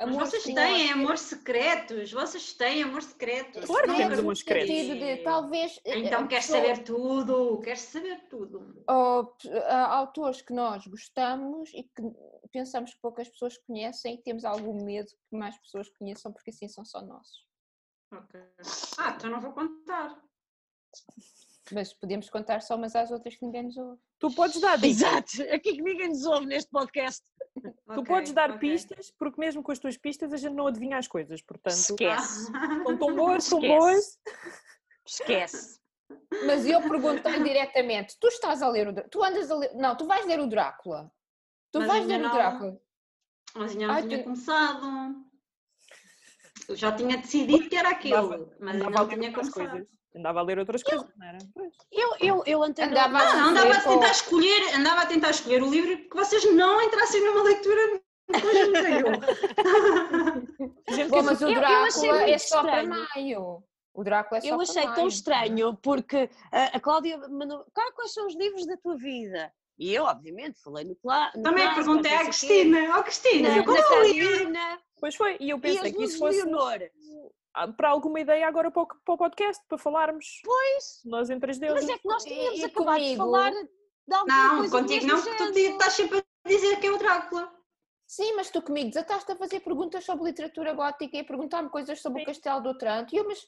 S4: Mas
S1: Amores
S4: vocês
S1: que não
S4: têm
S1: há-
S4: amores secretos? Vocês têm amor secreto?
S3: Claro que
S1: Não,
S3: temos
S1: no
S3: amores secretos.
S1: sentido de talvez. eh,
S4: Então
S1: eh,
S4: queres
S1: pessoa-
S4: saber tudo, queres saber tudo.
S1: ou pe- a- autores que nós gostamos e que pensamos que poucas pessoas conhecem e temos algum medo que mais pessoas conheçam porque assim são só nossos.
S4: Ok. Ah, então não vou contar.
S1: Mas podemos contar só umas às outras que ninguém nos ouve.
S3: Tu podes dar dicas.
S2: Exato. Aqui que ninguém nos ouve neste podcast.
S3: Tu
S4: Ok,
S3: podes dar
S4: ok.
S3: pistas, porque mesmo com as tuas pistas a gente não adivinha as coisas,
S4: Ah.
S3: portanto.
S2: Esquece.
S3: São tão boas, são
S2: Esquece.
S3: boas.
S2: Esquece.
S1: Mas eu perguntei diretamente: tu estás a ler o. Drá- Tu andas a ler. Não, tu vais ler o Drácula. Tu
S4: Mas
S1: vais
S4: ainda
S1: ler o
S4: não.
S1: Drácula.
S4: Mas ainda não
S1: Ai,
S4: tinha
S1: tu-
S4: começado. Eu já tinha decidido que era aquilo, mas ainda
S3: Andava a
S4: não
S3: ler
S4: tinha
S3: outras
S4: começado.
S3: coisas. Andava a ler outras coisas, não era? Pois.
S2: Eu, eu, eu ontem não-
S1: Andava
S4: Ah,
S1: a
S4: andava a
S1: dizer com-
S4: tentar escolher, andava a tentar escolher o livro que vocês não entrassem numa leitura conjunta eu.
S3: A gente
S1: Bom,
S3: quer
S1: mas o
S2: Eu- eu achei
S1: Drácula
S2: muito
S1: é só para
S2: estranho.
S1: maio. O Drácula é só
S2: Eu
S1: para
S2: achei
S1: maio.
S2: tão estranho porque a, a Cláudia mandou "Cá, quais são os livros da tua vida? E eu, obviamente, falei no plano.
S4: Também perguntei
S2: é
S4: à Cristina. Ó Cristina,
S2: Na, na
S4: qual é o livro?
S2: Karina
S3: Pois foi, e eu
S2: e as
S3: pensei que
S2: luzes
S3: isso
S2: de
S3: fosse
S2: Leonor.
S3: ah, para alguma ideia agora para o, para o podcast, para falarmos. Pois. Nós entre as deusas.
S2: Mas é que nós
S1: E-
S2: tínhamos
S1: e
S2: acabado de
S1: comigo?
S2: falar de alguma
S4: assim?" Não,
S2: coisa do
S4: contigo não,
S2: mesmo
S4: porque tu
S2: género.
S4: estás sempre a dizer que é o Drácula.
S1: Sim, mas tu comigo desataste a fazer perguntas sobre literatura gótica e a perguntar-me coisas sobre o Castelo do Tranto. E eu, mas,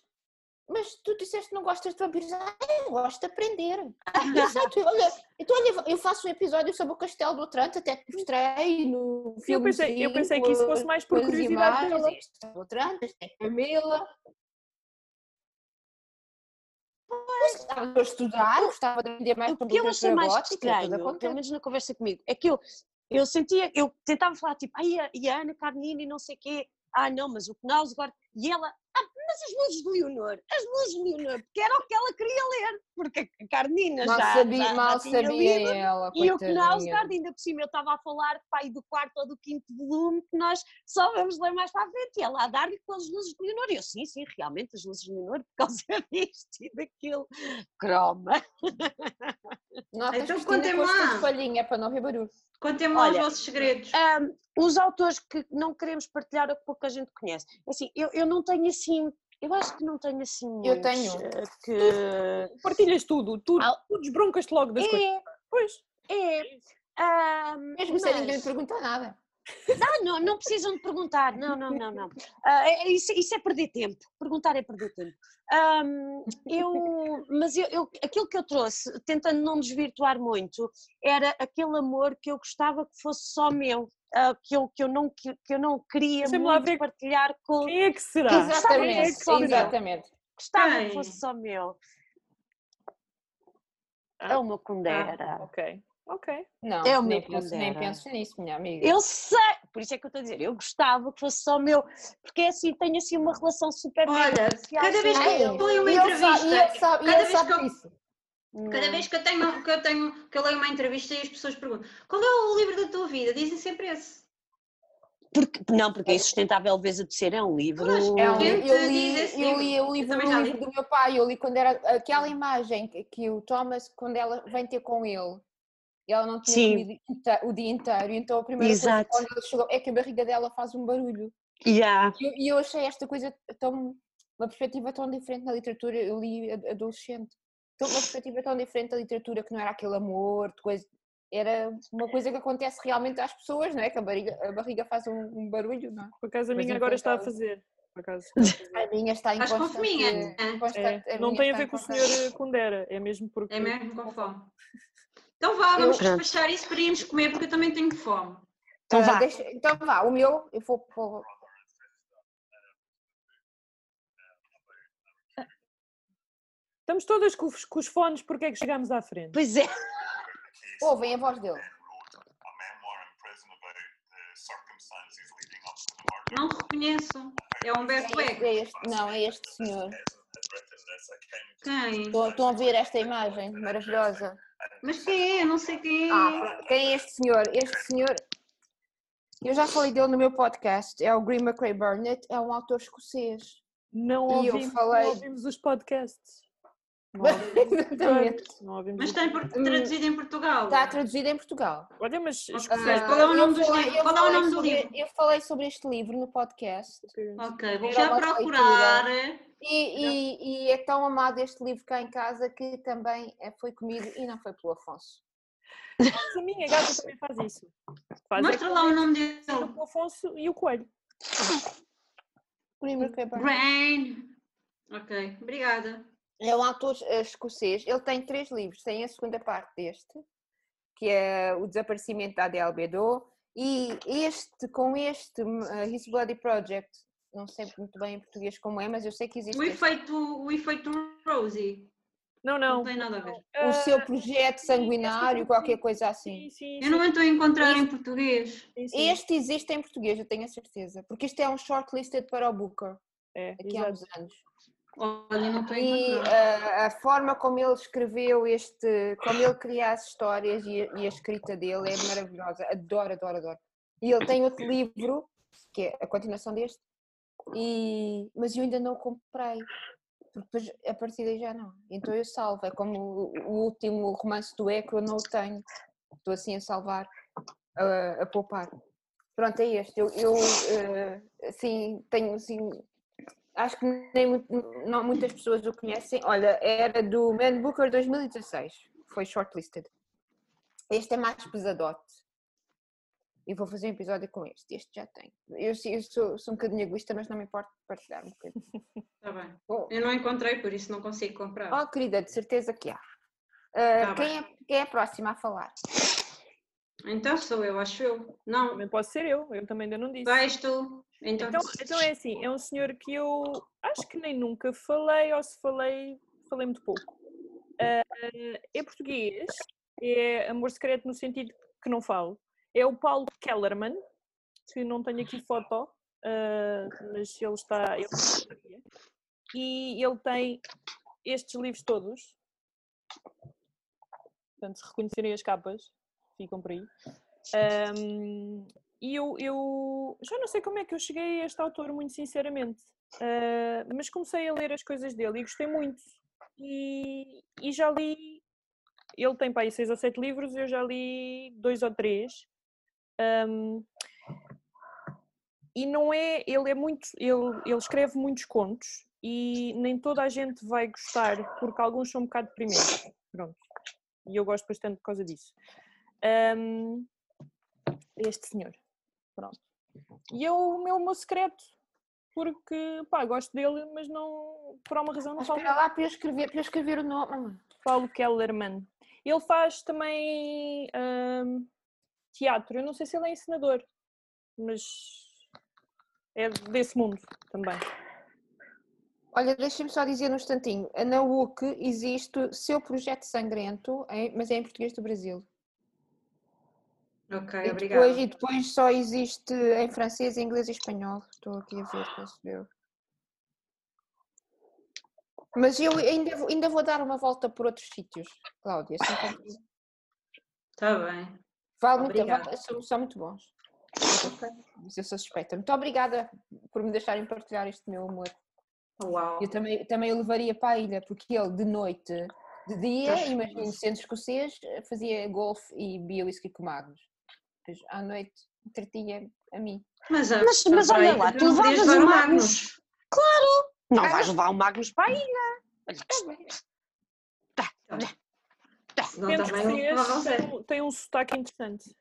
S1: mas tu disseste que não gostas de vampiros. Ah, eu gosto de aprender. Eu sei, tu- olha, então, olha, eu faço um episódio sobre o Castelo do Tranto, até te mostrei no
S3: Sim, eu
S1: filme.
S3: pensei, eu pensei que isso fosse mais por curiosidade dela.
S1: Castelo do Tranto, isto é Camila. Mas estava a estudar, gostava de aprender mais
S2: o
S1: sobre
S2: que eu achei
S1: literatura
S2: mais
S1: gótica. toda
S2: estranho, pelo
S1: contente.
S2: menos na conversa comigo, é que eu, eu sentia, eu tentava falar tipo, ai, a, e a Ana Carnini, não sei o quê, ah não, mas o Knausgård, e ela, ah, mas as luzes de Leonor, as luzes de Leonor, porque era o que ela queria ler, porque a Carnina
S1: Mal
S2: já,
S1: sabia,
S2: já- já
S1: mal
S2: tinha
S1: sabia é,
S2: lido.
S1: ela,
S2: E o que
S1: coitadinha.
S2: nós, Garda, ainda por cima, eu estava a falar pai, do quarto ou do quinto volume, que nós só vamos ler mais para a frente. E ela a dar-lhe com as luzes de Leonor. E eu, sim, sim, realmente as luzes de Leonor, por causa disto e daquilo. Croma.
S1: Notas,
S4: Então,
S1: Cristina,
S2: é
S4: contem
S1: pôs tudo
S4: lá.
S1: falhinha para não ver barulho.
S4: Contem-me lá os
S2: Olha, é,
S4: vossos segredos.
S2: Ahm, os autores que não queremos partilhar ou que pouca gente conhece. Assim, eu, eu não tenho assim. Eu acho que não tenho assim.
S1: Eu
S2: muitos,
S1: tenho.
S2: eh, Que...
S3: Partilhas tudo, tu,
S2: Ah.
S3: tu desbroncas-te logo das coisas.
S2: É,
S3: Pois.
S2: é. ahm,
S1: Mesmo sem ninguém lhe
S2: mas-
S1: perguntar nada.
S2: Ah, não, não precisam de perguntar. Não, não, não, não. Ah, é- é isso, isso é perder tempo. Perguntar é perder tempo. Ahm, eu, mas eu, eu- aquilo que eu trouxe, tentando não desvirtuar muito, era aquele amor que eu gostava que fosse só meu, ah, que, eu, que, eu não, que, que eu não queria
S3: Deixa-me lá ver
S2: muito partilhar com.
S3: Quem é que será?
S2: Exato. Sabe
S1: Exatamente,
S2: esse só meu.
S1: exatamente.
S2: Gostava
S4: Quem?
S2: que fosse só meu.
S4: Ah,
S2: É uma condera.
S3: Ok, ok.
S1: Não,
S2: É o
S1: nem,
S2: meu
S1: penso, nem
S2: pondera.
S1: penso nisso, minha amiga.
S2: Eu sei, por isso é que eu estou a dizer, eu gostava que fosse só meu, porque é assim, tenho assim uma relação super
S4: Olha,
S2: especial
S4: cada vez
S2: com
S4: que eu
S2: ele.
S4: estou em uma
S1: E ele sabe, e ele
S4: entrevista,
S1: sabe, e
S4: cada
S1: ele
S4: vez
S1: sabe
S4: que eu-
S1: disso.
S2: Hum.
S4: cada vez que eu tenho, que eu tenho, que eu leio uma entrevista e as pessoas perguntam qual é o livro da tua vida, dizem sempre esse.
S2: Porque, não, porque é insustentável vezes de ser, é um livro.
S4: Pois,
S1: É um livro- eu,
S4: Gente, diz
S1: li,
S4: esse
S1: eu li o livro,
S4: também
S1: o
S4: já
S1: livro
S4: li.
S1: do meu pai, eu li quando era aquela imagem que, que o Thomas, quando ela vem ter com ele, e ela não tinha
S2: Sim.
S1: comido inte- o dia inteiro, então a
S4: assim,
S1: primeira coisa
S2: Exato.
S1: que quando ele chegou é que a barriga dela faz um barulho.
S2: Yeah.
S1: E eu, e eu achei esta coisa tão, uma perspectiva tão diferente na literatura, eu li a- adolescente, então, uma perspectiva tão diferente da literatura, que não era aquele amor, de coisa, era uma coisa que acontece realmente às pessoas, não é? Que a barriga, a barriga faz um, um barulho, não é?
S3: Por acaso a
S1: Mas
S3: minha agora está a
S1: encontrava-
S3: fazer. Por acaso.
S1: A minha está em
S4: Estás com
S1: constante-
S4: fominha,
S1: em
S4: é?
S1: constante-
S3: É,
S1: a
S3: não
S1: minha
S3: tem
S1: está em
S3: a ver com o
S1: constante-
S3: senhor Kundera, é mesmo porque.
S4: É mesmo com fome. Então vá, vamos
S2: Pronto.
S4: despachar isso para irmos comer, porque eu também tenho fome.
S2: Então
S1: Ah,
S2: vá.
S1: deixa- então vá, o meu, eu vou. vou-
S3: Estamos todas com os, com os fones, porque é que chegámos à frente?
S2: Pois é.
S1: Ouvem a voz dele.
S5: a memoir in prison about the circumstances leading up to the murder.
S4: Não reconheço. É o Humberto
S1: É este,
S4: Eco.
S1: é este- não, é este senhor.
S5: Had written this account
S4: Quem?
S1: Estão, estão a ver esta imagem maravilhosa.
S4: Mas quem é? Não sei quem
S1: Ah,
S4: é.
S1: pronto, quem é este senhor? Este senhor. Eu já falei dele no meu podcast. É o Green McRae Burnett, é um autor escocês.
S3: Não
S1: E eu
S3: ouvimos, não
S1: falei-
S3: ouvimos os podcasts. Não ouvimos os
S1: Exatamente.
S3: podcasts, não ouvimos
S4: Mas tá- está
S3: os-
S4: em
S1: hum,
S4: Port- traduzido em Portugal.
S1: Está traduzido em Portugal.
S3: Olha, mas.
S4: Ah, qual é o
S1: eu
S4: nome dos
S1: falei-
S4: livros?
S1: eu
S4: Qual é o
S1: falei
S4: nome do
S1: sobre-
S4: livro?
S1: Eu falei sobre este livro no podcast.
S4: Ok, vou
S1: Era
S4: já
S1: uma
S4: procurar.
S1: E, e- e é tão amado este livro cá em casa que também eh, foi comido e não foi pelo Afonso.
S3: Mas a minha gata também faz isso. Faz
S4: Mostra
S3: é
S4: lá o nome dele.
S3: com o Afonso e o Coelho.
S1: Green McRae Burnett.
S4: Brain. Ok, obrigada.
S1: É um autor eh, escocês. Ele tem três livros. Tem a segunda parte deste, que é O Desaparecimento da Adele Bedot. E este, com este, hum, eh, His Bloody Project, não sei muito bem em português como é, mas eu sei que existe
S4: O
S1: este.
S4: efeito, o efeito Rosie.
S3: Não,
S4: Não.
S3: não.
S4: tem nada a ver.
S1: o seu
S3: Ah,
S1: projeto sanguinário, qualquer coisa assim.
S3: Sim, sim,
S4: Eu não estou a encontrar em português.
S3: sim, sim.
S1: Este existe em português, eu tenho a certeza, porque isto é um shortlisted para o Booker,
S3: É,
S1: aqui um há
S3: exato.
S1: uns anos.
S4: Olha, não estou a
S1: E
S4: encontrar.
S1: ah, a, forma como ele escreveu este, como ele cria as histórias e a, e a escrita dele é maravilhosa. Adoro, adoro, adoro. E ele tem outro livro, que é a continuação deste, e, mas eu ainda não o comprei. Porque depois, a partir daí já não. Então eu salvo. É como o, o último romance do Eco, eu não o tenho. Estou assim a salvar, a, a poupar. Pronto, é este. Eu, eu eh, assim, tenho assim, acho que nem mu- não muitas pessoas o conhecem. Olha, era do Man Booker 2016, foi shortlisted. Este é mais pesadote. E vou fazer um episódio com este. Este já tem. Eu, se- eu sou, sou um bocadinho egoísta, mas não me importo de partilhar um bocadinho.
S4: Está Tá bem.
S1: Oh,
S4: Eu não encontrei, por isso não consigo comprar.
S1: oh, querida, de certeza que há. Ah,
S4: Tá
S1: quem, é, quem é a próxima a falar?
S4: Então sou eu, acho eu. Não,
S3: Também posso ser eu, eu também ainda não disse.
S4: vais tu. Então,
S3: Então, então é assim, é um senhor que eu acho que nem nunca falei, ou se falei, falei muito pouco. Ah, é português, é amor secreto no sentido que não falo. É o Paulo Kellerman, que não tenho aqui foto, ah, mas ele está. Ele, e ele tem estes livros todos. Portanto, se reconhecerem as capas, ficam por aí. Ahm, e eu, eu já não sei como é que eu cheguei a este autor, muito sinceramente, Ah, mas comecei a ler as coisas dele e gostei muito. E, e já li. Ele tem para aí seis ou sete livros, eu já li dois ou três. Ahm, e não é, ele é muito, ele, ele escreve muitos contos e nem toda a gente vai gostar, porque alguns são um bocado deprimentes, pronto. E eu gosto bastante por causa disso. Ahm, é este senhor, pronlo E é o meu, o meu secreto, porque, pá, gosto dele, mas não, por alguma razão não
S1: Mas
S3: falo
S1: espera lá para eu escrever, para eu escrever o nome.
S3: Paulo Kellerman. Ele faz também ahm, teatro. Eu não sei se ele é ensinador, mas é desse mundo também.
S1: Olha, deixa-me só dizer um instantinho. Na UC existe Seu Projeto Sangrento, em- mas é em português do Brasil.
S4: Ok,
S1: E
S4: obrigada.
S1: depois, e depois só existe em francês, inglês e espanhol. Estou aqui a ver, penso eu. Mas eu ainda, vou- ainda vou dar uma volta por outros sítios, Cláudia. São contos-
S4: Está Tá bem.
S1: Vale muito,
S4: Obrigada.
S1: vale- são, são muito bons. Mas eu sou suspeita. Muito obrigada por me deixarem partilhar este meu amor.
S4: Uau.
S1: Eu também, também o levaria para a ilha, porque ele de noite, de dia,
S4: Pois.
S1: imagino sendo escocês, fazia golfe e bebia whisky com magos. Depois à noite entretinha a mim.
S4: Mas, ah,
S2: Mas- mas olha
S4: bem,
S2: lá, tu
S4: não podias
S2: levavas
S4: levar
S2: o
S4: o Ah.
S2: Magnus. Não vais levar o Magnus para a ilha. Olha,
S4: Não,
S3: Sendo
S4: também não levava a
S3: escocês,
S4: sério.
S3: tem, um- tem um sotaque interessante.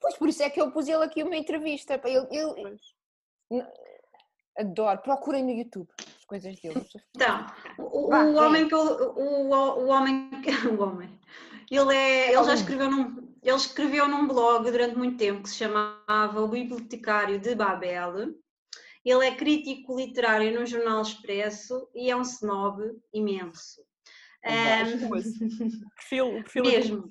S1: Pois por isso é que eu pus ele aqui uma entrevista. pá, Ele, ele- N- Adoro, procurem no YouTube as coisas dele.
S4: Então, o, o-
S1: Vá,
S4: o
S1: quem é?
S4: homem que eu- o, o, o homem que- o homem. Ele é, ele já
S1: Homem.
S4: escreveu num ele escreveu num blog durante muito tempo que se chamava O Bibliotecário de Babel. Ele é crítico literário no jornal Expresso e é um snob imenso. Ahm,
S3: O perfil, o perfil é
S4: mesmo.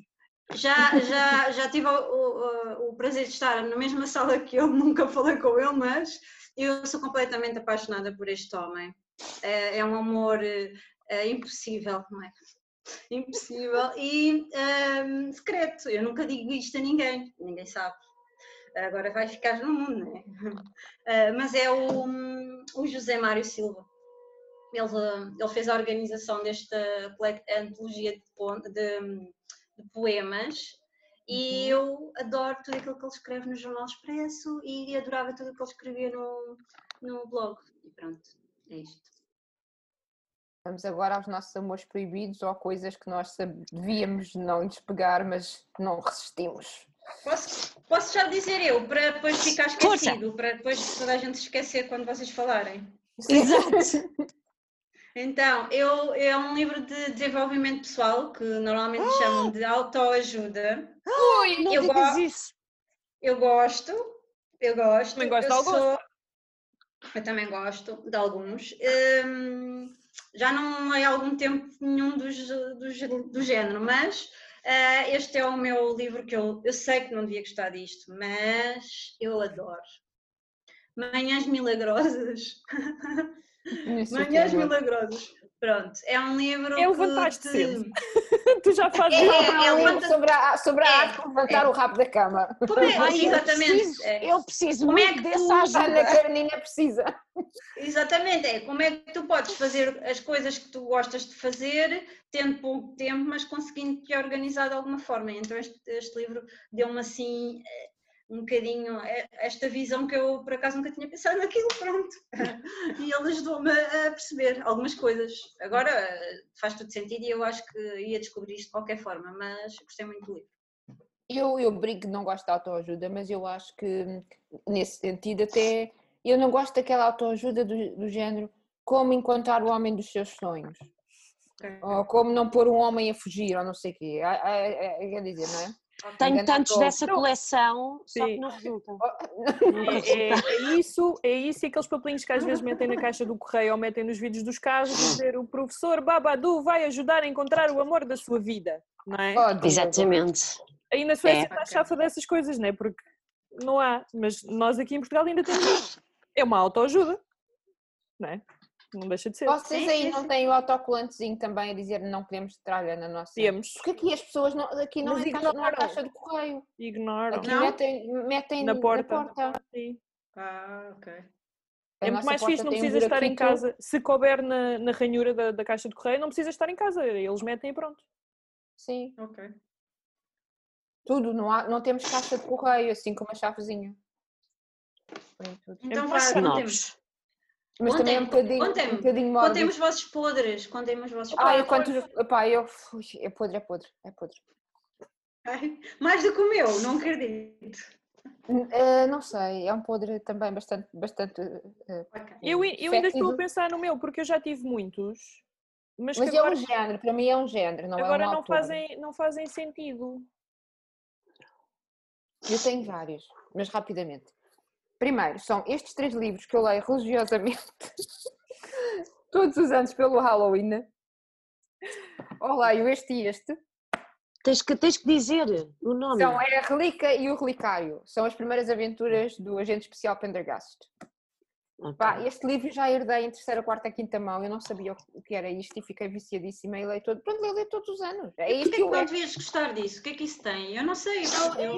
S4: Já, já, já tive o, o- o prazer de estar na mesma sala que ele, nunca falei com ele, mas eu sou completamente apaixonada por este homem. É, é um amor eh, eh, impossível, não é? Impossível e ehm, secreto. Eu nunca digo isto a ninguém, ninguém sabe. Agora vai ficar no mundo, não é? Eh, mas é o, o José Mário Silva. Ele, eh, ele fez a organização desta colec- antologia de, pon- de, de poemas e eu adoro tudo aquilo que ele escreve no Jornal Expresso e adorava tudo o que ele escrevia no, no blog. E pronto, é isto.
S1: Vamos agora aos nossos amores proibidos ou coisas que nós sab- devíamos não lhes pegar, mas não resistimos.
S4: Posso, posso já dizer eu, para depois ficar
S2: Força.
S4: esquecido, para depois toda a gente se esquecer quando vocês falarem.
S2: Exato.
S4: Então, eu, é um livro de desenvolvimento pessoal que normalmente chamam de autoajuda.
S3: é
S2: Ui, não
S4: Eu
S2: digas
S4: gosto.
S2: isso.
S4: Eu gosto, eu gosto.
S3: Também gosto
S4: eu
S3: de alguns.
S4: sou- Eu também gosto de alguns. Hum, já não leio há algum tempo nenhum dos, dos, do género, mas ah, este é o meu livro que eu, eu sei que não devia gostar disto, mas eu adoro. Manhãs Milagrosas.
S1: Nisso é eu
S4: Manhãs
S1: tenho-
S4: Milagrosas. Pronto, é um livro.
S3: É o
S4: que
S3: Vantagens
S4: te-
S3: Cedo. tu já fazes.
S4: É,
S1: Ah,
S4: é
S1: um livro
S4: levanta-
S1: sobre a, sobre a
S4: é,
S1: arte de levantar o rabo da cama.
S4: Como é?
S2: Ai, Eu
S4: Exatamente.
S2: preciso,
S4: é.
S2: eu preciso
S4: Como é
S2: muito
S4: que tu-
S2: dessa
S1: Ana
S2: ajuda.
S1: Carolina precisa.
S4: Exatamente, é como é que tu podes fazer as coisas que tu gostas de fazer, tendo pouco tempo, mas conseguindo te organizar de alguma forma. Então este, este livro deu-me assim eh, um bocadinho eh, esta visão que eu por acaso nunca tinha pensado naquilo, pronto. E ele ajudou-me a a perceber algumas coisas. Agora eh, faz tudo sentido e eu acho que ia descobrir isto de qualquer forma, mas gostei muito do livro.
S1: Eu, eu brigo que não gosto de autoajuda, mas eu acho que hum, nesse sentido até eu não gosto daquela autoajuda do, do género como encontrar o homem dos seus sonhos,
S4: Ok.
S1: ou como não pôr um homem a fugir, ou não sei o quê. Ah, ah, ah, Quer dizer, não é?
S2: Tenho
S1: Engana
S2: tantos
S1: todos.
S2: dessa coleção, só que
S3: Sim.
S2: não resultam.
S3: É, é isso, é isso e aqueles papelinhos que às vezes metem na caixa do correio ou metem nos vídeos dos casos, dizer o professor Babadu vai ajudar a encontrar o amor da sua vida, não é?
S1: Oh, Deus.
S2: Exatamente.
S3: Aí na Suécia
S2: É.
S3: está a chafa dessas coisas, não é? Porque não há, mas nós aqui em Portugal ainda temos isso. É uma autoajuda, não é? Não deixa de ser.
S1: Vocês
S4: Sim,
S1: aí
S4: sim,
S1: não
S4: sim.
S1: têm o autocolantezinho também a dizer não queremos tralha na nossa.
S3: Temos.
S1: Porque aqui as pessoas não, aqui não,
S3: é Mas
S1: é caixa, não há
S3: ignoram.
S1: caixa de correio.
S3: Ignoram.
S1: Aqui
S4: Não?
S1: metem, metem
S3: Na porta.
S1: Na porta.
S3: Sim.
S4: Ah, ok.
S1: A
S3: É
S1: nossa
S3: muito mais
S1: porta
S3: fixe, não
S1: tem um
S3: precisa estar em
S1: buraquito.
S3: casa. Se couber na, na ranhura da, da caixa de correio, não precisa estar em casa. Eles metem e pronto.
S1: Sim,
S4: Ok.
S1: tudo. Não, há, não temos caixa de correio, assim como a chavezinha. Põem tudo.
S4: Então,
S3: muito
S4: vá,
S3: chato.
S4: contemos.
S2: Novos.
S1: Mas também é um
S4: Contem-me,
S1: bocadinho, um
S4: contem-me,
S1: bocadinho mórbido.
S4: Contem os vossos podres, contem os vossos
S1: Ah, eu
S4: podres.
S1: quanto. Epá, eu. Ui, é podre, é podre, é podre.
S4: Ai, Mais do que o meu, não acredito.
S1: N- eh, não sei, é um podre também bastante. bastante eh,
S4: Ok.
S3: Eu, i- eu ainda estou a
S1: fétido.
S3: pensar no meu, porque eu já tive muitos. Mas,
S1: Mas
S3: que
S1: é um
S3: agora,
S1: género, para mim é um género, não
S3: agora
S1: é um
S3: não,
S1: autor.
S3: fazem, não fazem sentido.
S1: Eu tenho vários, mas rapidamente. Primeiro, são estes três livros que eu leio religiosamente todos os anos pelo Halloween. Ou leio este e este.
S2: Tens que, tens que dizer o nome.
S1: São é a Relíquia e o Relicário. São as primeiras aventuras do agente especial Pendergast.
S2: Ok.
S1: Pá, este livro já herdei em terceira, quarta, quinta mão. Eu não sabia o que- o que era isto e fiquei viciadíssima e leio todo. Pronto, eu leio todos os anos. É
S4: Porquê
S1: isto
S4: que
S1: que eu
S4: não
S1: é.
S4: devias gostar disso? O que é que isso tem? Eu não sei. Eu,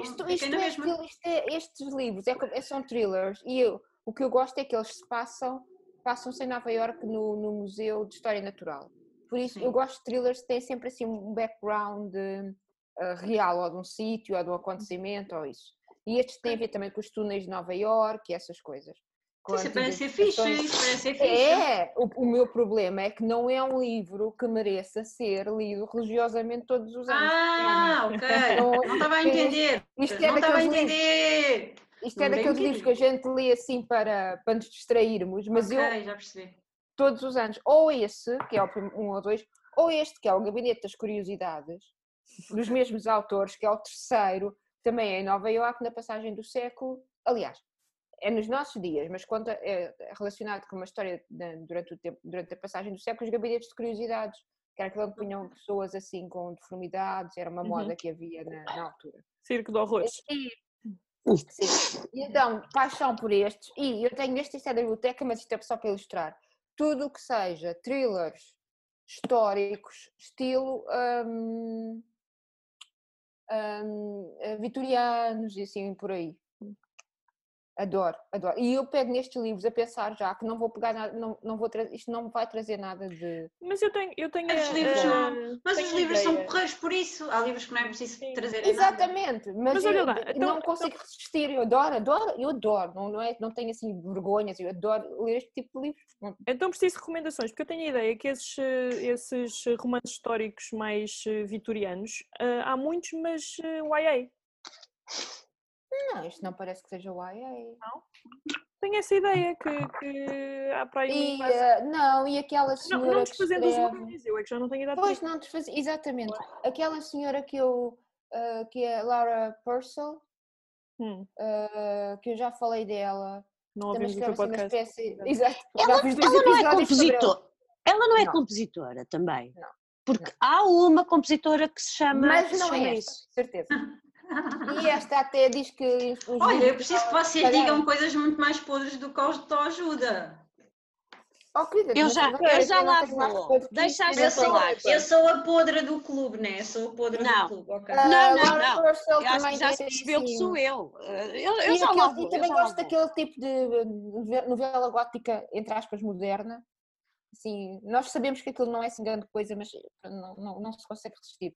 S1: Isto, isto,
S4: fiquei na
S1: é
S4: mesma.
S1: aquilo- isto é- estes livros é co- é- são thrillers e eu- o que eu gosto é que eles se passam, passam-se em Nova Iorque no, no Museu de História Natural. Por isso
S4: Sim.
S1: eu gosto de thrillers que têm sempre assim um background eh, eh, real ou de um sítio ou de um acontecimento ou isso. E estes têm a ver também com os túneis de Nova Iorque e essas coisas. Com
S4: Isso
S1: antigas
S4: parece ser fixe,
S1: estações-
S4: isso parece ser fixe.
S1: é, o, o meu problema é que não é um livro que mereça ser lido religiosamente todos os anos.
S4: Ah,
S1: é, Não,
S4: ok. Não estava a entender.
S1: isto é
S4: Não estava a
S1: daqueles, livros,
S4: entender.
S1: isto é
S4: não bem
S1: daqueles livros que a gente lê assim para, para nos distrairmos, mas eu
S4: Ok, já percebi.
S1: todos os anos, ou esse, que é o prim- um ou dois, ou este, que é o Gabinete das Curiosidades, dos mesmos autores, que é o terceiro, também é em Nova Iorque, na passagem do século. Aliás, é nos nossos dias, mas conta, é relacionado com uma história da- durante, o tempo, durante a passagem do século, os gabinetes de curiosidades, que era aquele onde punham pessoas assim com deformidades, era uma
S3: Uhum.
S1: moda que havia na, na altura.
S3: Circo de horrores.
S1: Sim. E então, paixão por estes, e eu tenho este, isto é da biblioteca, mas isto é só para ilustrar. Tudo o que seja thrillers históricos, estilo hum, hum, eh, vitorianos e assim por aí. Adoro, adoro. E eu pego nestes livros a pensar já que não vou pegar nada, não, não vou tra- isto não me vai trazer nada de.
S3: Mas eu tenho. Eu tenho
S4: Mas os
S3: a-
S4: livros
S3: a-
S4: não- Mas
S3: tenho
S4: os livros são
S3: ideia.
S4: porreiros por isso. Há livros que não é preciso
S3: Sim.
S4: trazer.
S1: Exatamente, mas,
S3: Mas
S1: eu,
S3: olha lá,
S1: eu
S3: então-
S1: não consigo resistir, eu adoro, adoro, eu adoro, não, não, é, não tenho assim vergonhas, eu adoro ler este tipo de livros. Não-
S3: Então preciso de recomendações, porque eu tenho a ideia que esses, eh, esses eh, romances históricos mais eh, vitorianos, eh, há muitos, mas eh, o YA.
S1: Não, isto não parece que seja o YA.
S3: Tenho essa ideia que, que há para aí
S1: E,
S3: uma classe-
S1: eh, não, e aquela
S3: Não,
S1: senhora
S3: não
S1: que
S3: desfazendo os
S1: escreve-
S3: olhos, eu é que já não tenho idade para
S1: Pois
S3: isso.
S1: não desfazendo, exatamente. Aquela senhora que eu, eh, que é Laura Purcell,
S3: Hum,
S1: eh, que eu já falei dela.
S3: não
S1: Também
S3: ouvimos
S1: escreve
S3: o teu
S1: assim uma
S3: podcast.
S1: espécie... Exato.
S2: Ela-
S1: já fiz dois
S2: Ela não
S1: episódios
S2: é
S1: sobre ela.
S2: compositora. Ela não é
S1: Não.
S2: compositora também.
S1: Não,
S2: Porque há uma compositora que se chama. que
S1: Mas
S2: se
S1: não
S2: chama
S1: é
S2: isso.
S1: esta, certeza.
S4: nada.
S1: E esta até diz que... os
S4: Olha, eu
S1: livros
S4: preciso que
S1: dela-
S4: vocês digam coisas muito mais podres do que os de ajuda.
S1: Oh, querida,
S2: Eu
S1: mas
S2: já-
S1: não
S2: eu
S1: quero,
S2: já
S1: não
S2: lá
S1: tenho mais
S2: vou.
S1: coisa que
S2: Deixa
S1: isto,
S2: a
S4: Eu
S1: mas
S2: gente
S1: eu
S4: sou,
S1: tenho
S2: falar.
S1: outra.
S4: eu sou a podre do clube, né? Sou a podre
S2: Não.
S4: do clube, ok.
S1: Ah,
S2: Não, não,
S1: Laura
S2: não.
S1: Purcell
S2: Eu acho que
S1: também
S2: já
S1: diz
S2: se percebeu que
S1: assim,
S2: sou eu. Eh, Eu, eu
S1: E
S2: já
S1: aquele-
S2: lá
S1: e
S2: vou, eu
S1: também
S2: já lá
S1: gosto
S2: vou.
S1: daquele tipo de eh, nove- novela gótica, entre aspas, moderna. Assim, nós sabemos que aquilo não é assim grande coisa, mas eh, não, não, não se consegue resistir.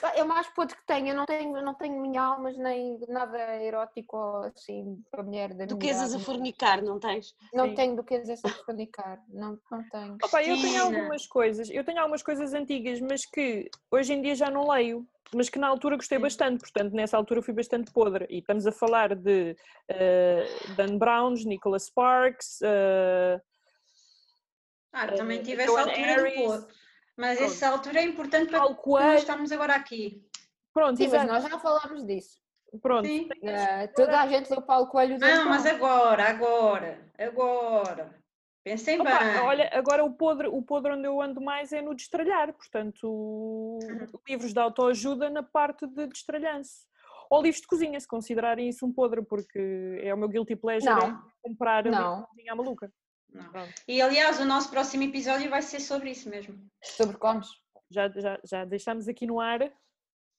S1: Pá, É o mais podre que tenho, eu não tenho, eu não tenho minha almas nem nada erótico ou assim para a mulher da minha
S2: Duquesas a
S1: idade.
S2: fornicar, não tens?
S1: Não
S3: Sim.
S1: tenho duquesas a fornicar, não, não tenho.
S3: Opa, eu tenho
S4: Cristina.
S3: algumas coisas, eu tenho algumas coisas antigas, mas que hoje em dia já não leio, mas que na altura gostei bastante, portanto nessa altura fui bastante podre. E estamos a falar de eh, Dan Browns, Nicholas Sparks, eh,
S4: Ah, também tive
S3: Joan
S4: essa altura do
S3: Harris.
S4: podre. Mas
S3: então é Pronto. é?
S4: essa altura é importante para
S3: Paulo
S4: nós
S3: Coelho.
S4: estarmos agora aqui.
S3: Pronto,
S1: Sim, mas é
S3: exato,
S1: nós já falámos disso.
S3: pronto.
S4: Sim.
S1: Eh, toda a gente leu Paulo Coelho. desde
S4: Não, mas
S1: então.
S4: agora, agora, agora. Pensem
S3: Opa,
S4: bem.
S3: olha, agora o podre, o podre onde eu ando mais é no destralhar, portanto,
S1: Uhum.
S3: livros de autoajuda na parte de destralhanço. Ou livros de cozinha, se considerarem isso um podre, porque é o meu guilty pleasure é
S1: Não,
S3: comprar a
S1: Não.
S3: cozinha à maluca.
S4: Não.
S3: Pronto.
S4: E aliás, o nosso próximo episódio vai ser sobre isso mesmo.
S1: Sobre comes.
S3: Já, já, já deixámos aqui no ar. eh,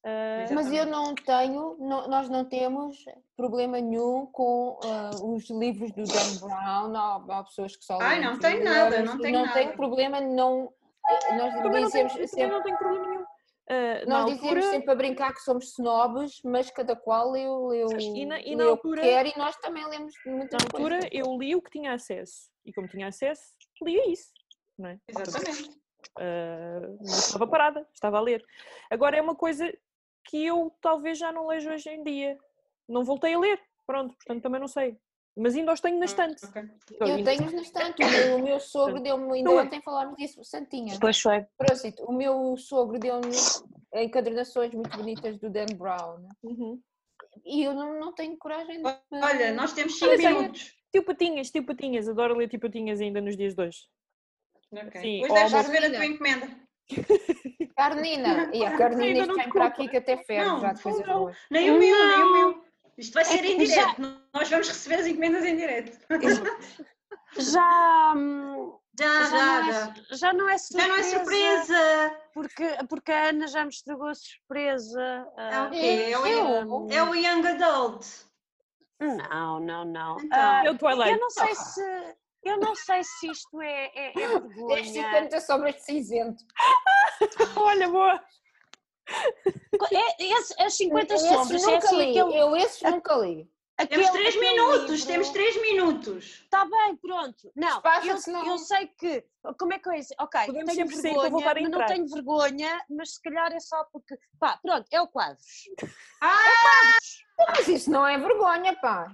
S3: ah,
S4: Mas
S1: Mas eu não tenho, não- nós não temos problema nenhum com ah, os livros do Dan Brown. Há, há pessoas que só
S4: Ai,
S1: leem
S4: não
S1: os
S4: tem
S1: livros,
S4: nada, não tem
S1: Não
S4: nada.
S1: tenho problema, não. eh, Nós
S3: também não tenho,
S1: dizemos
S3: eu também
S1: sempre,
S3: não tenho problema nenhum. Ah, na
S1: nós
S3: altura,
S1: dizemos sempre a brincar que somos snobs, mas cada qual leu, leu,
S3: Sim, e na- e na
S1: leu
S3: altura-
S1: o que quer e nós também lemos muitas
S3: na altura
S1: coisas.
S3: eu li o que tinha acesso. E como tinha acesso, lia isso. Não é?
S4: Exatamente.
S3: Uh, não estava parada, estava a ler. Agora é uma coisa que eu talvez já não lejo hoje em dia. Não voltei a ler, pronto, portanto também não sei. Mas ainda os tenho
S2: Hum.
S3: na estante.
S4: Ok.
S3: Então,
S1: Eu
S3: ainda-
S1: tenho no instante, o meu, o meu sogro deu-me, ainda
S3: Não é?
S1: ontem falámos disso, Santinha.
S2: Depois foi.
S1: Próximo, o meu sogro deu-me encadernações muito bonitas do Dan Brown.
S3: Uhum.
S1: E eu não, não tenho coragem de.
S4: Olha, nós temos 5
S3: Olha, tenho-
S4: minutos.
S3: Tio Patinhas, Tio Patinhas, adoro ler Tio Patinhas ainda nos dias de hoje.
S4: Ok.
S3: Sim,
S4: Hoje
S3: ó,
S4: deves
S1: amor.
S4: receber a tua encomenda.
S1: Carnina! E a
S3: Ainda
S1: Carnina isto
S3: não
S1: vem
S3: te
S1: para
S3: culpa.
S1: aqui que até ferro
S4: Não,
S1: já de coisas
S4: não.
S1: boas.
S4: Nem o meu, nem o meu. Isto
S3: É
S4: vai ser
S2: que
S4: em
S2: já-
S4: direto. Nós vamos receber as encomendas em direto.
S2: Já. hum,
S4: Já, já,
S2: não é,
S4: já.
S2: su- já não é
S4: Já
S2: surpresa.
S4: não é surpresa.
S2: Porque, porque a Ana já me estragou a surpresa.
S4: É o
S2: ah,
S4: quê? É o,
S1: Eu?
S4: é o Young Adult.
S2: Não, não, não.
S4: Então.
S2: Ah,
S3: É o Twilight.
S2: eu não sei se. Eu não sei se isto é, é, é
S1: Este
S2: vergonha.
S1: 50 sobre este cinzento.
S3: Olha, boa!
S2: É, esse- as 50
S1: Esses
S2: sombras, é
S1: nunca
S2: assim,
S1: li.
S2: aquele-
S1: Eu esses nunca li.
S4: Temos
S2: aquele-
S4: 3
S2: aquele
S4: minutos,
S2: livro.
S4: temos 3 minutos.
S2: Está tá bem, pronto. Não,
S1: Espaça,
S2: eu,
S1: senão-
S2: eu sei que. Como é que eu ia dizer? Ok,
S3: Podemos
S2: tenho
S3: sempre sair para
S2: vergonha,
S3: voltar a
S2: mas não
S3: entrar.
S2: tenho vergonha, mas se calhar é só porque. Pá, pronto, é o quadros.
S4: Ah,
S1: Mas isso não é vergonha, pá.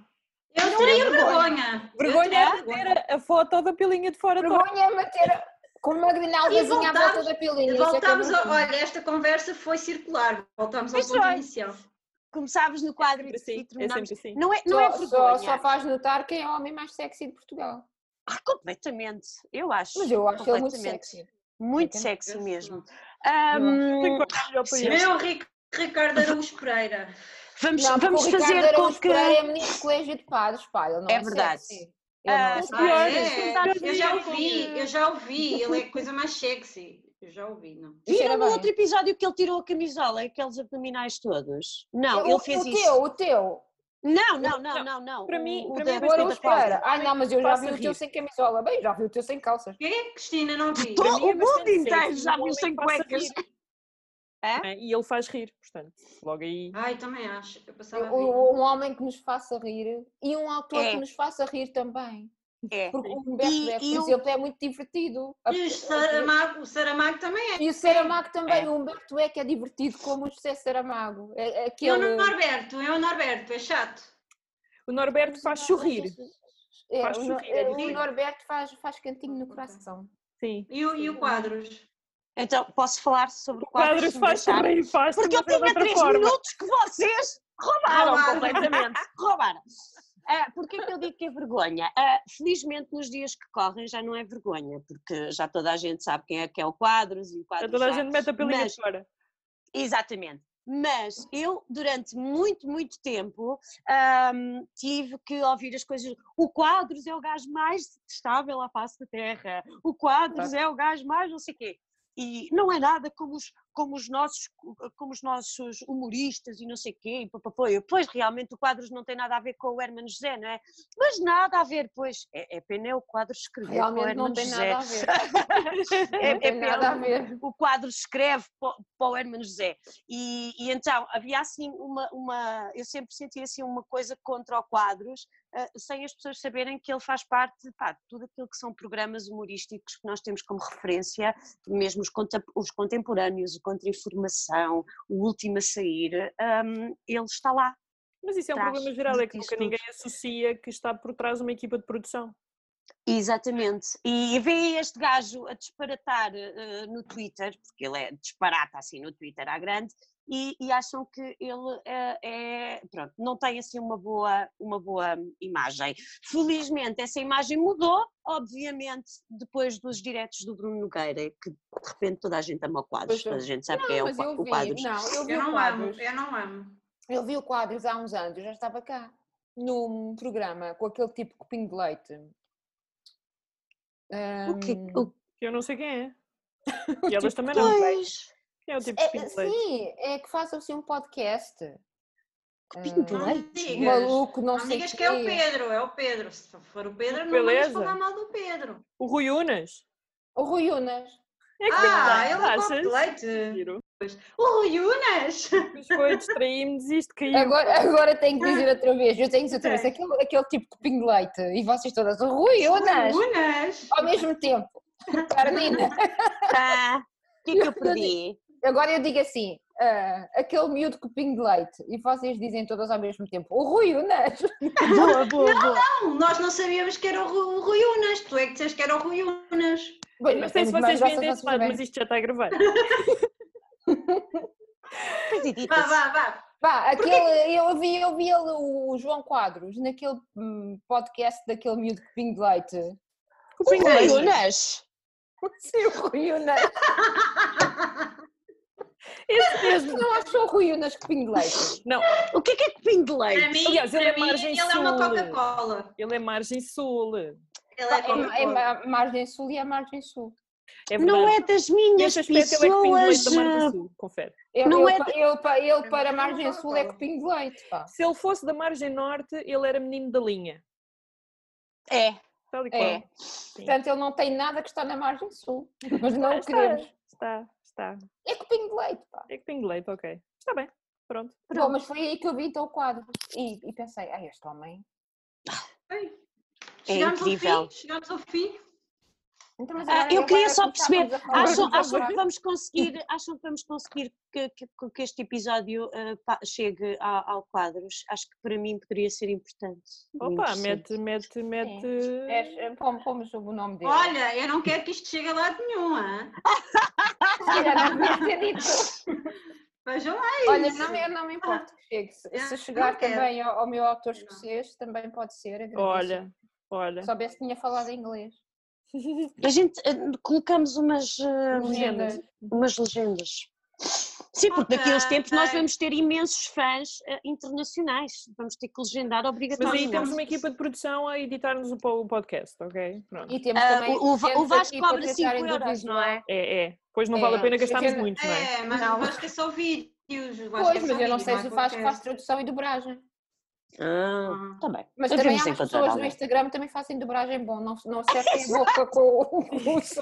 S4: eu teria vergonha.
S3: Vergonha
S4: Eu
S3: é
S4: teria
S3: ter a- a foto da pilinha de fora. do
S1: Vergonha é manter com uma grinaldazinha à volta
S4: voltámos-
S1: da pilinha. isso é que é
S4: Voltámos ao,
S1: vergonha.
S4: olha, esta conversa foi circular. Voltámos ao
S2: Pois
S4: ponto
S2: foi.
S4: inicial.
S2: Começámos no quadro e,
S3: Assim,
S2: e
S3: é
S2: terminámos.
S3: sempre assim.
S2: Não é, não é
S1: Só-
S2: vergonha.
S1: só, só faz notar quem é o homem mais sexy de Portugal.
S2: Ah, completamente. Eu acho.
S1: Mas eu acho ele muito
S2: completamente.
S1: sexy.
S2: Muito
S1: Eu
S2: sexy
S4: Eu-
S2: mesmo.
S3: Não tem
S2: Ahm,
S3: quarto melhor para
S2: Hum. sim.
S3: ele.
S4: Meu Ric- Ricardo Araújo Pereira.
S2: vamos
S1: Não, porque
S2: vamos
S1: o Ricardo
S2: fazer com
S1: Araújo
S2: que.
S1: Pereira é menino de colégio de padres, pá. Ele não é,
S2: É verdade.
S1: sexy. Ele não
S2: Ah,
S1: é
S3: O
S1: sexy.
S4: Ah,
S3: pior,
S4: é?
S3: é que
S4: Eu já
S3: eu
S4: ouvi,
S3: vi-
S4: eu já ouvi. Ele é a coisa mais sexy. Eu já ouvi, não.
S1: Cheira
S2: Viram no
S1: bem.
S2: outro episódio que ele tirou a camisola, aqueles abdominais todos? Não,
S1: O-
S2: ele fez
S1: o
S2: isso.
S1: Teu, o teu.
S2: Não, não, não, não, não.
S3: Para
S2: O-
S3: mim-
S2: o
S3: para mim é
S2: da-
S3: bastante
S1: Agora
S2: o
S1: o
S2: da quadra.
S1: espera. Ai não, mas eu já
S3: Faça
S1: vi o
S3: rir.
S1: teu sem camisola. Bem, já vi o teu sem calças.
S4: Quê? Cristina, não vi.
S2: Tô-
S3: Para mim é
S2: o
S3: bastante
S2: mundo inteiro
S3: sexy,
S2: já
S3: um
S2: viu
S3: homem
S2: sem
S3: passa a
S2: cuecas.
S3: rir,
S2: Hã?
S3: não é? E ele faz rir, portanto, logo aí.
S4: Ai, também acho. Eu passava a ver.
S1: Um, um homem que nos faça rir e um autor
S2: É.
S1: que nos faça rir também.
S2: É.
S1: Porque o Humberto
S2: E-
S1: Eco,
S2: e o-
S1: por exemplo, é muito divertido. A-
S4: E o Saramago, o Saramago também é.
S1: E o Saramago também,
S2: É.
S1: o Humberto Eco é divertido como o José Saramago. É, é
S4: E o
S1: aquele,
S4: Norberto, é o Norberto, é chato.
S3: O Norberto faz sorrir.
S1: é,
S3: faz
S1: o, Nor-
S3: sorrir, é
S1: é, o
S3: divertido.
S1: Norberto faz, faz cantinho no coração.
S3: Sim.
S4: E o, e o Quadros?
S2: Então, posso falar sobre
S3: Quadros
S2: se me
S3: faz
S2: deixarem?
S3: sorrir e faz
S2: Porque eu
S3: também de
S2: tive
S3: outra
S2: três
S3: forma.
S2: minutos que vocês roubaram
S4: Roubaram.
S2: completamente. roubaram. Ah, Porquê que eu digo que é vergonha? Ah, felizmente, nos dias que correm já não é vergonha, porque já toda a gente sabe quem é que é o Quadros e o
S3: Já
S2: Quadros
S3: toda a
S2: já-
S3: gente mete a pilinha
S2: Mas-
S3: de fora.
S2: Exatamente.
S1: Uhum.
S2: Mas eu, durante muito, muito tempo, ahm, tive que ouvir as coisas. O Quadros é o gajo mais detestável à face da Terra. O Quadros é o gajo mais não sei quê. E não é nada como os, como os, nossos, como os nossos humoristas e não sei quê. E papapá. Eu, Pois, realmente, o Quadros não tem nada a ver com o Herman José, não é? Mas nada a ver, pois. É, é pena é o Quadros escrever com o
S1: Realmente
S2: Herman
S1: não tem
S2: José.
S1: nada a ver.
S2: É,
S1: Não tem
S2: pena
S1: nada a
S2: o-
S1: ver.
S2: o quadro escreve para o Hermano José. E, e então havia assim uma, uma. Eu sempre senti assim uma coisa contra o quadros, ah, sem as pessoas saberem que ele faz parte pá, de tudo aquilo que são programas humorísticos que nós temos como referência, mesmo os, conta- os contemporâneos, o Contra-Informação, o Último a Sair, ahm, ele está lá.
S3: Mas isso é um
S2: Traz
S3: problema geral, é que
S2: disso
S3: nunca ninguém associa que está por trás uma equipa de produção.
S2: Exatamente. E vê este gajo a disparatar eh, no Twitter, porque ele é disparata assim no Twitter à grande, e, e acham que ele eh, é, pronto, não tem assim uma boa, uma boa imagem. Felizmente essa imagem mudou, obviamente, depois dos diretos do Bruno Nogueira, que de repente toda a gente ama o
S1: Pois
S2: Quadros,
S1: é.
S2: toda a gente sabe
S1: Não,
S2: quem é o,
S1: mas
S2: Qua-
S1: eu
S2: o
S1: vi,
S2: Quadros.
S1: não, eu vi
S4: Eu
S1: o
S4: não amo,
S1: quadros.
S4: eu não amo.
S1: Eu vi o quadros há uns anos, eu já estava cá, num programa com aquele tipo copinho de leite.
S2: O que,
S1: Ahm,
S2: o,
S3: que eu não sei quem é. E elas também não.
S2: pois,
S3: Quem é o tipo de
S1: É,
S3: espineleiro?
S1: sim, é que façam assim um podcast. Ah,
S4: Não
S2: pintelei.
S4: me
S1: um
S4: digas.
S1: maluco, não
S4: Não me
S1: sei
S4: digas que é o
S1: quê.
S4: Pedro, é o Pedro. Se for o Pedro, não
S3: Beleza.
S4: vamos falar mal do Pedro.
S3: O Rui Unas?
S1: O Rui Unas.
S3: É que
S4: Ah, ele
S3: pintelei,
S4: é um copo de
S3: achas?
S4: leite.
S3: Giro.
S4: O Rui Unas!
S3: Mas foi, distraí-me, desisto, caiu.
S1: Agora, agora tenho que
S4: Ah.
S1: dizer outra vez, eu tenho que dizer outra vez, aquele, aquele tipo de pingo de leite e vocês todas, o Rui Unas,
S4: Rui Unas!
S1: ao mesmo tempo. Carolina,
S2: tá.
S1: Ah.
S2: O que é que eu perdi?
S1: agora eu digo assim, ah, aquele miúdo com pingo de leite e vocês dizem todas ao mesmo tempo, o Rui Unas.
S3: Boa, boa, boa.
S1: Ah,
S4: Não, nós não sabíamos que era o Ru- o Rui Unas. Tu é que disseste que era o Rui Unas.
S1: Bem,
S3: Não
S1: mas
S3: sei se
S1: temos mais
S3: vocês vêm
S1: graças a
S3: desse
S1: vocês
S3: lado,
S1: também.
S3: mas isto já está a gravar.
S4: Vá, vá, vá.
S1: Pá, aquele, eu vi, eu vi ele, o João Quadros naquele hum, podcast daquele miúdo com pingo de leite.
S3: O pinguim.
S2: Unas.
S1: Sim, o Rui Unas.
S3: Esse mesmo.
S1: Não achou o Rui Unas com pingo de leite?
S3: Não,
S2: O que é que é cupim de
S4: Para
S2: leite?
S4: mim,
S3: Aliás, ele
S4: para
S3: é
S4: mim,
S3: margem
S4: ele é uma
S3: sul.
S4: Coca-Cola.
S3: ele é margem sul. É
S4: Ele
S1: Pá, É,
S4: é
S1: é
S4: Coca-Cola.
S1: ma- margem sul e é margem sul.
S3: verdade.
S2: Não é das minhas
S3: Neste aspecto, ele é que pingo de leite
S2: pessoas. eh,
S3: da margem sul, confere.
S1: Ele,
S2: Não
S1: ele
S2: é
S1: pa- ele pa- ele para a
S4: não é
S1: margem sul é com pingo de leite, pá.
S3: Se ele fosse da margem norte, ele era menino da linha.
S2: É,
S3: Tal e qual.
S1: É. Portanto, ele não tem nada que está na margem sul. Mas não o queremos.
S3: Está, está.
S1: É com pingo de leite, pá.
S3: É que pingo de leite, ok. Está bem, pronto.
S1: Bom, mas foi aí que eu vi então o quadro. E, e pensei, ai, este homem.
S4: Bem,
S2: É
S4: Chegámos
S2: incrível.
S4: Ao fim, chegámos ao fim.
S1: Então, mas
S2: Ah,
S1: agora-
S2: eu queria
S1: agora
S2: só
S1: começávamos a falar
S2: acham,
S1: do
S2: acham que
S1: quadro.
S2: vamos conseguir, acham que vamos conseguir que, que- que este episódio ah, pa- chegue a- ao quadros? Acho que para mim poderia ser importante.
S3: Opa,
S2: Interessante.
S3: mete, mete, mete.
S1: É, é, pom- Pomos o nome dele.
S4: Olha, eu não quero que isto chegue a lado nenhum. hã?
S1: Se calhar não devia ter dito.
S4: Vejam lá isso.
S1: Olha, não, eu não me importo que chegue. Se, se
S2: Ah,
S4: Não,
S1: chegar
S4: não quero.
S1: também ao, ao meu autor
S4: Não.
S1: escocês, também pode ser. agradeço.
S3: Olha, olha.
S1: Se soubesse que tinha falado inglês.
S2: A gente ah, colocamos umas, ah,
S1: Legendas.
S2: umas legendas. Sim, porque daqui a uns tempos nós
S4: Ok.
S2: vamos ter imensos fãs ah, internacionais. Vamos ter que legendar
S3: Mas aí
S2: obrigatoriamente.
S3: temos uma equipa de produção a editar-nos o po- o podcast, ok? Pronto.
S1: E temos
S2: Ah,
S1: também.
S2: o, o, Va- o
S1: gente
S2: Vasco
S1: aqui para
S2: cobra 5
S1: tratarem do
S2: euros, não é?
S3: É, é. Pois não vale a
S1: É,
S3: pena
S1: se a
S3: gastarmos
S1: gente-
S3: muito, não é?
S4: É, mas
S1: Não.
S4: o Vasco é só vídeos. o Vasco
S1: Pois,
S4: é só
S1: mas eu não
S4: vídeo,
S1: sei
S4: é
S1: se o Vasco faz
S4: podcast.
S1: tradução e dobragem.
S2: Ah,
S4: Ah.
S2: está bem.
S1: Mas também há
S2: Devemos
S1: as
S2: encontrar
S1: pessoas no
S2: alguém.
S1: Instagram que também fazem dobragem bom, não, não acertem a boca com o- com o som.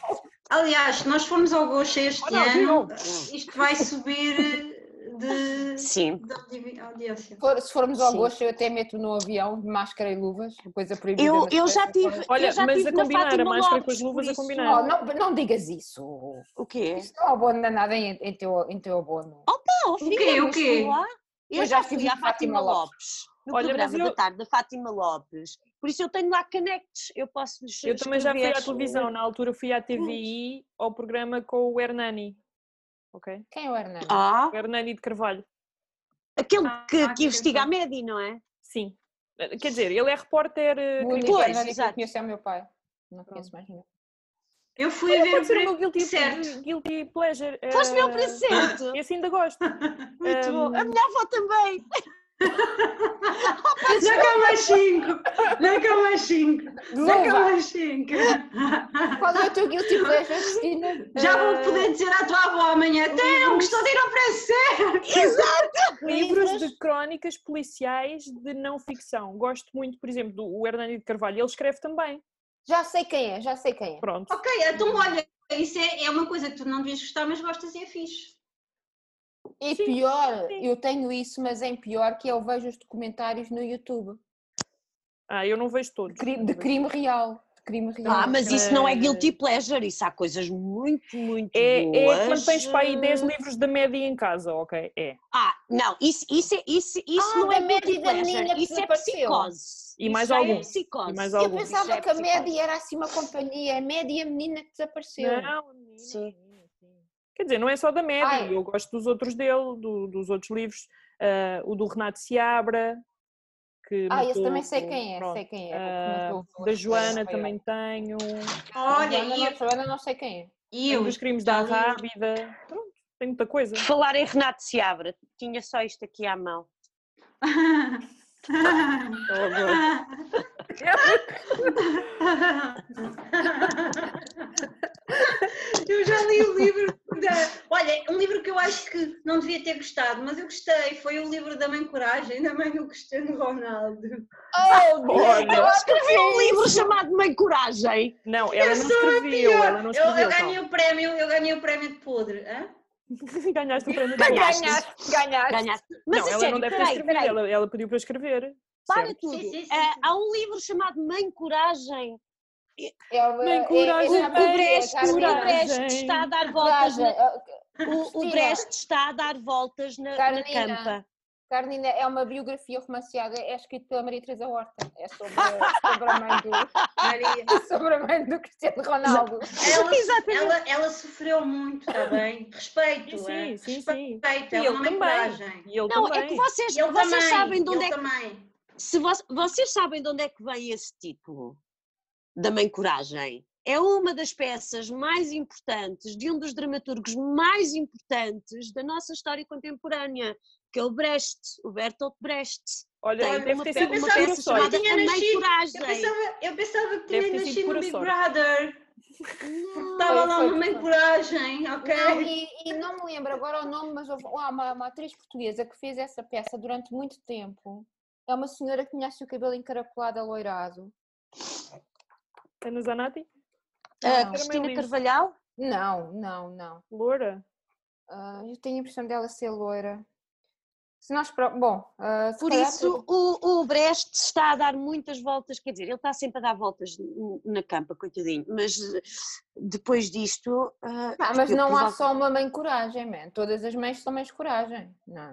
S4: Aliás, se nós formos ao Gosto este
S3: Olha,
S4: ano,
S3: Diogo.
S4: isto vai subir eh, de,
S2: Sim.
S4: de audi- audiência.
S1: For- Se formos ao
S2: Sim.
S1: gosto, eu até meto no avião, de máscara e luvas, coisa proibida.
S2: Eu,
S1: mas
S2: eu já
S1: parece-
S2: tive.
S3: Olha,
S2: eu já
S3: mas
S2: tive
S3: a
S2: na
S3: combinar, a
S2: Fátima
S3: máscara com
S2: Lopes,
S3: as
S2: por
S3: luvas a
S2: isso-
S3: combinar.
S1: Oh, não, não digas isso.
S2: O quê?
S1: Isso não é abona nada em, em teu, em teu abono.
S2: Não,
S4: quê?
S2: fica,
S4: O
S2: mas
S4: quê?
S2: fui lá. Eu já fui à Fátima Lopes, no
S3: Olha, mas
S2: programa
S3: eu-
S2: da tarde da Fátima Lopes. Por isso eu tenho lá canectes, eu posso lhes
S3: Eu também já fui à
S2: escrever.
S3: televisão, na altura fui à TVI ao programa com o Hernani. Ok?
S1: Quem é o Hernando?
S2: Ah,
S3: O Hernani de Carvalho.
S2: aquele
S4: Ah,
S2: que,
S4: ah,
S2: que
S4: que
S2: investiga a
S4: bom.
S2: Medi, não é?
S3: Sim. Eh, Quer dizer, ele é repórter. eh,
S1: O único
S2: Pois,
S1: Hernani que
S2: exato.
S1: eu conheço é o meu pai. Não conheço mais ninguém.
S4: Eu fui a ver
S3: Pode
S4: o
S3: ser o meu
S4: Pre-
S3: guilty,
S4: certo.
S3: guilty pleasure.
S2: Foste meu
S3: eh,
S2: presente!
S3: E assim ainda gosto.
S2: Muito bom. A
S3: hum.
S2: minha avó também!
S4: Já cá mais cinco! Já cá mais cinco! Já cá
S1: Luva!
S4: mais cinco!
S1: Qual é o teu guilty pleasure, Cristina?
S4: Já
S1: Eh,
S4: vou poder dizer à tua avó amanhã,
S2: É,
S4: até eu gostou de ir ao preço!
S3: Livros de crónicas policiais de não ficção. Gosto muito, por exemplo, do o Hernani de Carvalho. Ele escreve também.
S1: Já sei quem é, já sei quem é.
S3: Pronto.
S4: Ok, então olha, isso é, é uma coisa que tu não devias gostar, mas gostas e é fixe.
S1: E
S3: Sim,
S1: pior,
S3: sim.
S1: eu tenho isso, mas em pior, que é eu vejo os documentários no YouTube.
S3: Ah, eu não vejo todos.
S1: Cri- De crime real. De crime real.
S2: Ah, mas isso não é guilty pleasure, isso há coisas muito, muito
S3: Eh, É,
S2: boas.
S3: é quando tens para aí 10 livros da média em casa, ok? É.
S2: Ah, não, isso, isso, é- isso, isso
S1: Ah,
S2: não é
S1: da
S2: guilty
S1: média da menina
S2: pleasure,
S1: que
S2: isso é
S1: desapareceu.
S2: psicose.
S3: E mais
S2: Isso é
S3: algum.
S2: psicose.
S3: E mais
S1: Eu
S3: algum.
S2: Isso é
S1: pensava que a
S2: psicose.
S1: média era assim uma companhia, a média menina que desapareceu.
S3: Não, a menina,
S2: Sim.
S3: a menina, sim. Quer dizer, não é só da média,
S1: Ai.
S3: eu gosto dos outros dele, do- dos outros livros, ah, o do Renato Seabra, que
S1: ah, esse
S3: matou
S1: também sei
S3: o-
S1: quem é,
S3: pronto,
S1: sei quem é.
S3: ah,
S1: porque não estou a
S3: da
S1: falar
S3: Joana
S1: maior.
S3: também tenho,
S4: Olha,
S1: Joana,
S4: e
S1: não,
S4: eu-
S1: Joana não sei quem é.
S4: e
S3: tenho
S4: eu,
S3: dos crimes
S4: já
S3: da
S4: li-
S3: Rábida, pronto, tem muita coisa.
S2: Por Falar em Renato Seabra, tinha só isto aqui à mão.
S4: eu já li o livro da. Olha, um livro que eu acho que não devia ter gostado, mas eu gostei. Foi o livro da Mãe Coragem, da Mãe do Cristiano Ronaldo.
S3: Oh,
S2: Eu
S3: bora!
S2: escrevi um livro chamado Mãe Coragem.
S3: Não, ela
S4: eu
S3: não
S4: sou a
S3: escreveu,
S4: pior.
S3: ela
S4: eu,
S3: não escreveu.
S4: eu ganhei o prémio, eu ganhei o prémio de podre. Hã?
S3: calma. Ganhaste o prémio da
S2: Ganhaste.
S1: Ganhaste, ganhaste.
S2: Ganhaste. Mas
S3: não,
S2: a
S3: ela
S2: sério,
S3: não deve ter
S2: peraí,
S3: escrevido,
S2: peraí.
S3: Ela, ela pediu para eu escrever.
S2: Para
S3: certo?
S2: tudo.
S4: Sim, sim, sim,
S2: Eh,
S4: sim.
S2: há um livro chamado Mãe Coragem.
S1: É uma-
S3: Nem
S1: é- é-
S3: coragem,
S1: é-
S2: O,
S1: é-
S2: o
S3: Mãe
S2: Brecht, o
S3: Coragem.
S2: Brecht está a dar voltas.
S1: coragem.
S2: Na,
S1: Oh,
S2: o, o
S1: Cristina.
S2: Brecht está a dar voltas na, na
S1: Carolina.
S2: campa.
S1: Carnina, é uma biografia romanceada, é escrito pela Maria Teresa Horta. É sobre, sobre, a, mãe do, é
S4: Maria.
S1: sobre a mãe do Cristiano Ronaldo.
S4: Ela,
S2: Exatamente.
S4: ela, ela sofreu muito, está bem? Respeito,
S3: Sim,
S4: é?
S3: sim, sim, sim.
S4: Respeito,
S3: E
S4: é
S3: eu
S4: uma mãe
S3: também.
S4: coragem.
S3: E ele
S2: Não,
S3: também.
S2: é que vocês,
S4: Eu
S2: vocês
S4: também,
S2: sabem de onde
S4: eu
S2: é que.
S4: também.
S2: Se vo- vocês sabem de onde é que vem esse título da Mãe Coragem. É uma das peças mais importantes de um dos dramaturgos mais importantes da nossa história contemporânea, que é o Brecht, o Bertolt Brecht.
S3: Olha,
S2: Tem
S3: deve
S2: uma
S3: ter
S2: peça-
S3: sido uma
S2: uma
S3: pura
S2: peça
S3: sorte.
S2: chamada
S4: Tinha
S2: A Mãe
S4: nascido- Eu
S2: Coragem.
S4: pensava, eu pensava que
S3: Deve
S4: tinha
S3: ter sido
S4: nascido no
S3: pura
S4: Big
S3: sorte.
S4: Brother. Estava
S1: Foi-
S4: lá
S1: foi
S4: uma mãe
S1: pura
S4: coragem, ok?
S1: Não, e, e não me lembro agora o nome, mas houve há uma, uma atriz portuguesa que fez essa peça durante muito tempo. É uma senhora que tinha assim o cabelo encaracolado, aloirado.
S3: Ana Zanatti?
S2: Ah,
S1: Não,
S2: Cristina
S3: livro.
S2: Carvalhal?
S1: não, não. não.
S3: Loura?
S1: Ah, eu tenho a impressão dela ser loira. Se nós. pro- Bom, ah, se
S2: Por
S1: calhar-
S2: isso o, o Brecht está a dar muitas voltas, quer dizer, ele está sempre a dar voltas n- na campa, coitadinho, mas eh, depois disto. ah,
S1: Ah, mas
S2: eu
S1: não há
S2: prova-
S1: só uma mãe coragem, man. Todas as mães são mães coragem. Não.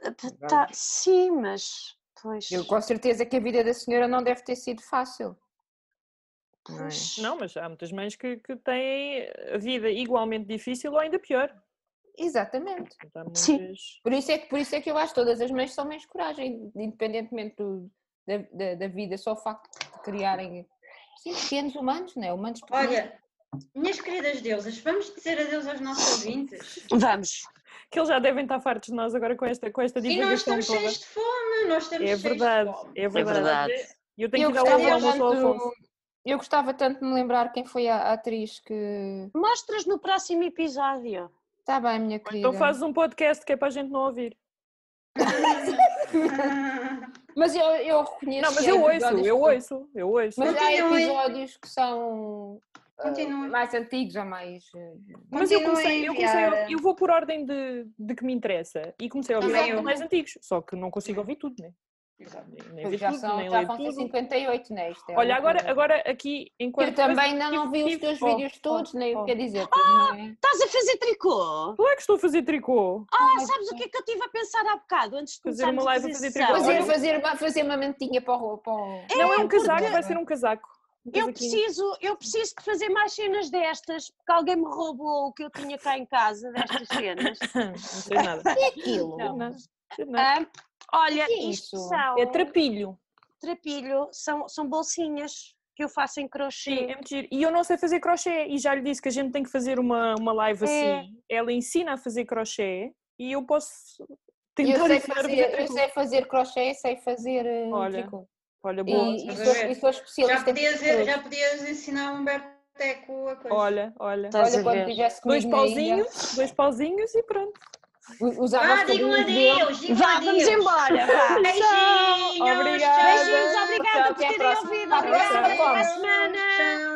S1: é?
S2: Tá- tá- sim, mas. Pois.
S1: Eu com certeza que a vida da senhora não deve ter sido fácil. não é?
S2: pois,
S3: Não, mas há muitas mães que, que têm a vida igualmente difícil ou ainda pior.
S1: Exatamente.
S3: Portanto, há
S2: Sim.
S3: muitas-
S1: Por isso, é que, por isso é que eu acho que todas as mães são mães de coragem, independentemente do- da, da, da vida, só o facto de criarem sim, pequenos humanos, não é? Humanos pequenos.
S4: Olha, minhas queridas deusas, vamos dizer adeus aos nossos ouvintes.
S2: Vamos.
S3: Que eles já devem estar fartos de nós agora com esta, com esta
S4: E nós
S3: divulgação
S4: estamos
S3: toda.
S4: cheios de fome, nós estamos
S3: É
S4: cheios de
S3: verdade,
S4: fome.
S3: é
S2: É verdade.
S3: verdade. E eu tenho
S1: eu,
S3: que dar o
S1: gostava
S3: almoço ao Afonso.
S1: tanto, eu gostava tanto de me lembrar quem foi a, a atriz que.
S2: Mostras no próximo episódio.
S1: Está bem, minha
S3: Ou
S1: querida.
S3: Então fazes um podcast que é para a gente não ouvir.
S1: Mas eu, eu reconheço.
S3: Não, mas
S1: que há
S3: eu ouço,
S1: episódios
S3: eu
S1: que-
S3: ouço, eu ouço.
S1: Mas há
S4: Continuem.
S1: episódios que são ah,
S4: Continuem.
S1: mais antigos ou mais. eh,
S3: Mas
S4: Continuem
S3: eu
S4: a
S3: comecei, eu comecei, a-
S4: enviar.
S3: eu vou por ordem de, de que me interessa. E comecei a ouvir
S4: Também
S3: álbuns
S4: eu.
S3: mais antigos, só que não consigo ouvir tudo, né? Nem, nem vi
S1: já
S3: é tudo,
S1: são,
S3: nem
S1: já
S3: leio
S1: vão ter
S3: tudo.
S1: 58 nesta. é
S3: Olha,
S1: uma
S3: agora,
S1: coisa.
S3: agora aqui, enquanto.
S1: Eu também ainda
S3: tive-
S1: não vi os
S3: tive-
S1: teus
S3: oh,
S1: vídeos
S3: oh,
S1: todos, nem
S3: oh.
S1: quer dizer. não é?
S2: Estás a fazer tricô?
S3: Claro é que estou a fazer tricô.
S2: Ah,
S1: Ai,
S2: sabes o que é que eu estive a pensar há bocado, antes de
S3: Fazer
S2: começarmos
S3: uma
S2: a
S3: live a fazer tricô.
S2: sessão?
S1: Fazer,
S3: Olha-
S1: é, fazer, uma, fazer uma mantinha para o. Para o...
S3: não é um casaco,
S1: porque-
S3: vai ser um casaco. Um
S2: Eu
S3: casaquinho.
S2: preciso, eu preciso de fazer mais cenas destas, porque alguém me roubou o que eu tinha cá em casa, destas cenas.
S3: Não sei nada.
S1: É aquilo?
S3: Não, não sei nada.
S2: Ah, olha,
S1: Que é
S2: isto
S1: isso?
S2: são,
S3: É trapilho.
S2: trapilho, são, são bolsinhas que eu faço em
S3: Sim,
S2: crochê.
S3: é muito giro. E eu não sei fazer crochê. E já lhe disse que a gente tem que fazer uma, uma live
S2: É.
S3: assim. Ela ensina a fazer crochê e eu posso tentar
S1: Eu sei,
S3: ensinar a
S1: fazer, eu
S3: tricô.
S1: sei fazer crochê, sei fazer eh,
S3: Olha,
S1: tipo tricô.
S3: Olha, boa.
S1: E, e,
S4: estás a
S1: sou,
S4: ver?
S1: e sou
S4: Já
S1: especialista. em
S4: podias,
S1: tricô.
S4: já podias ensinar o Humberto Teco a coisa.
S3: Olha, olha.
S2: Estás a
S1: Olha, quando
S2: ver.
S1: tivesse
S3: Dois
S1: Tá comigo na ilha,
S3: pauzinhos, dois pauzinhos e pronto.
S1: Usava
S2: um
S4: Ah,
S1: os
S4: digam
S1: cabelos dele.
S4: adeus, digam
S2: Vá,
S4: adeus.
S2: vamos embora, vá.
S4: Beijinhos,
S3: Obrigada.
S4: tchau.
S2: Beijinhos,
S1: Tchau,
S2: obrigada
S1: até
S2: por
S1: à
S2: terem
S1: próxima. Até
S2: ouvido.
S1: à
S2: Obrigada, até
S1: próxima.
S2: para a semana.
S4: Tchau.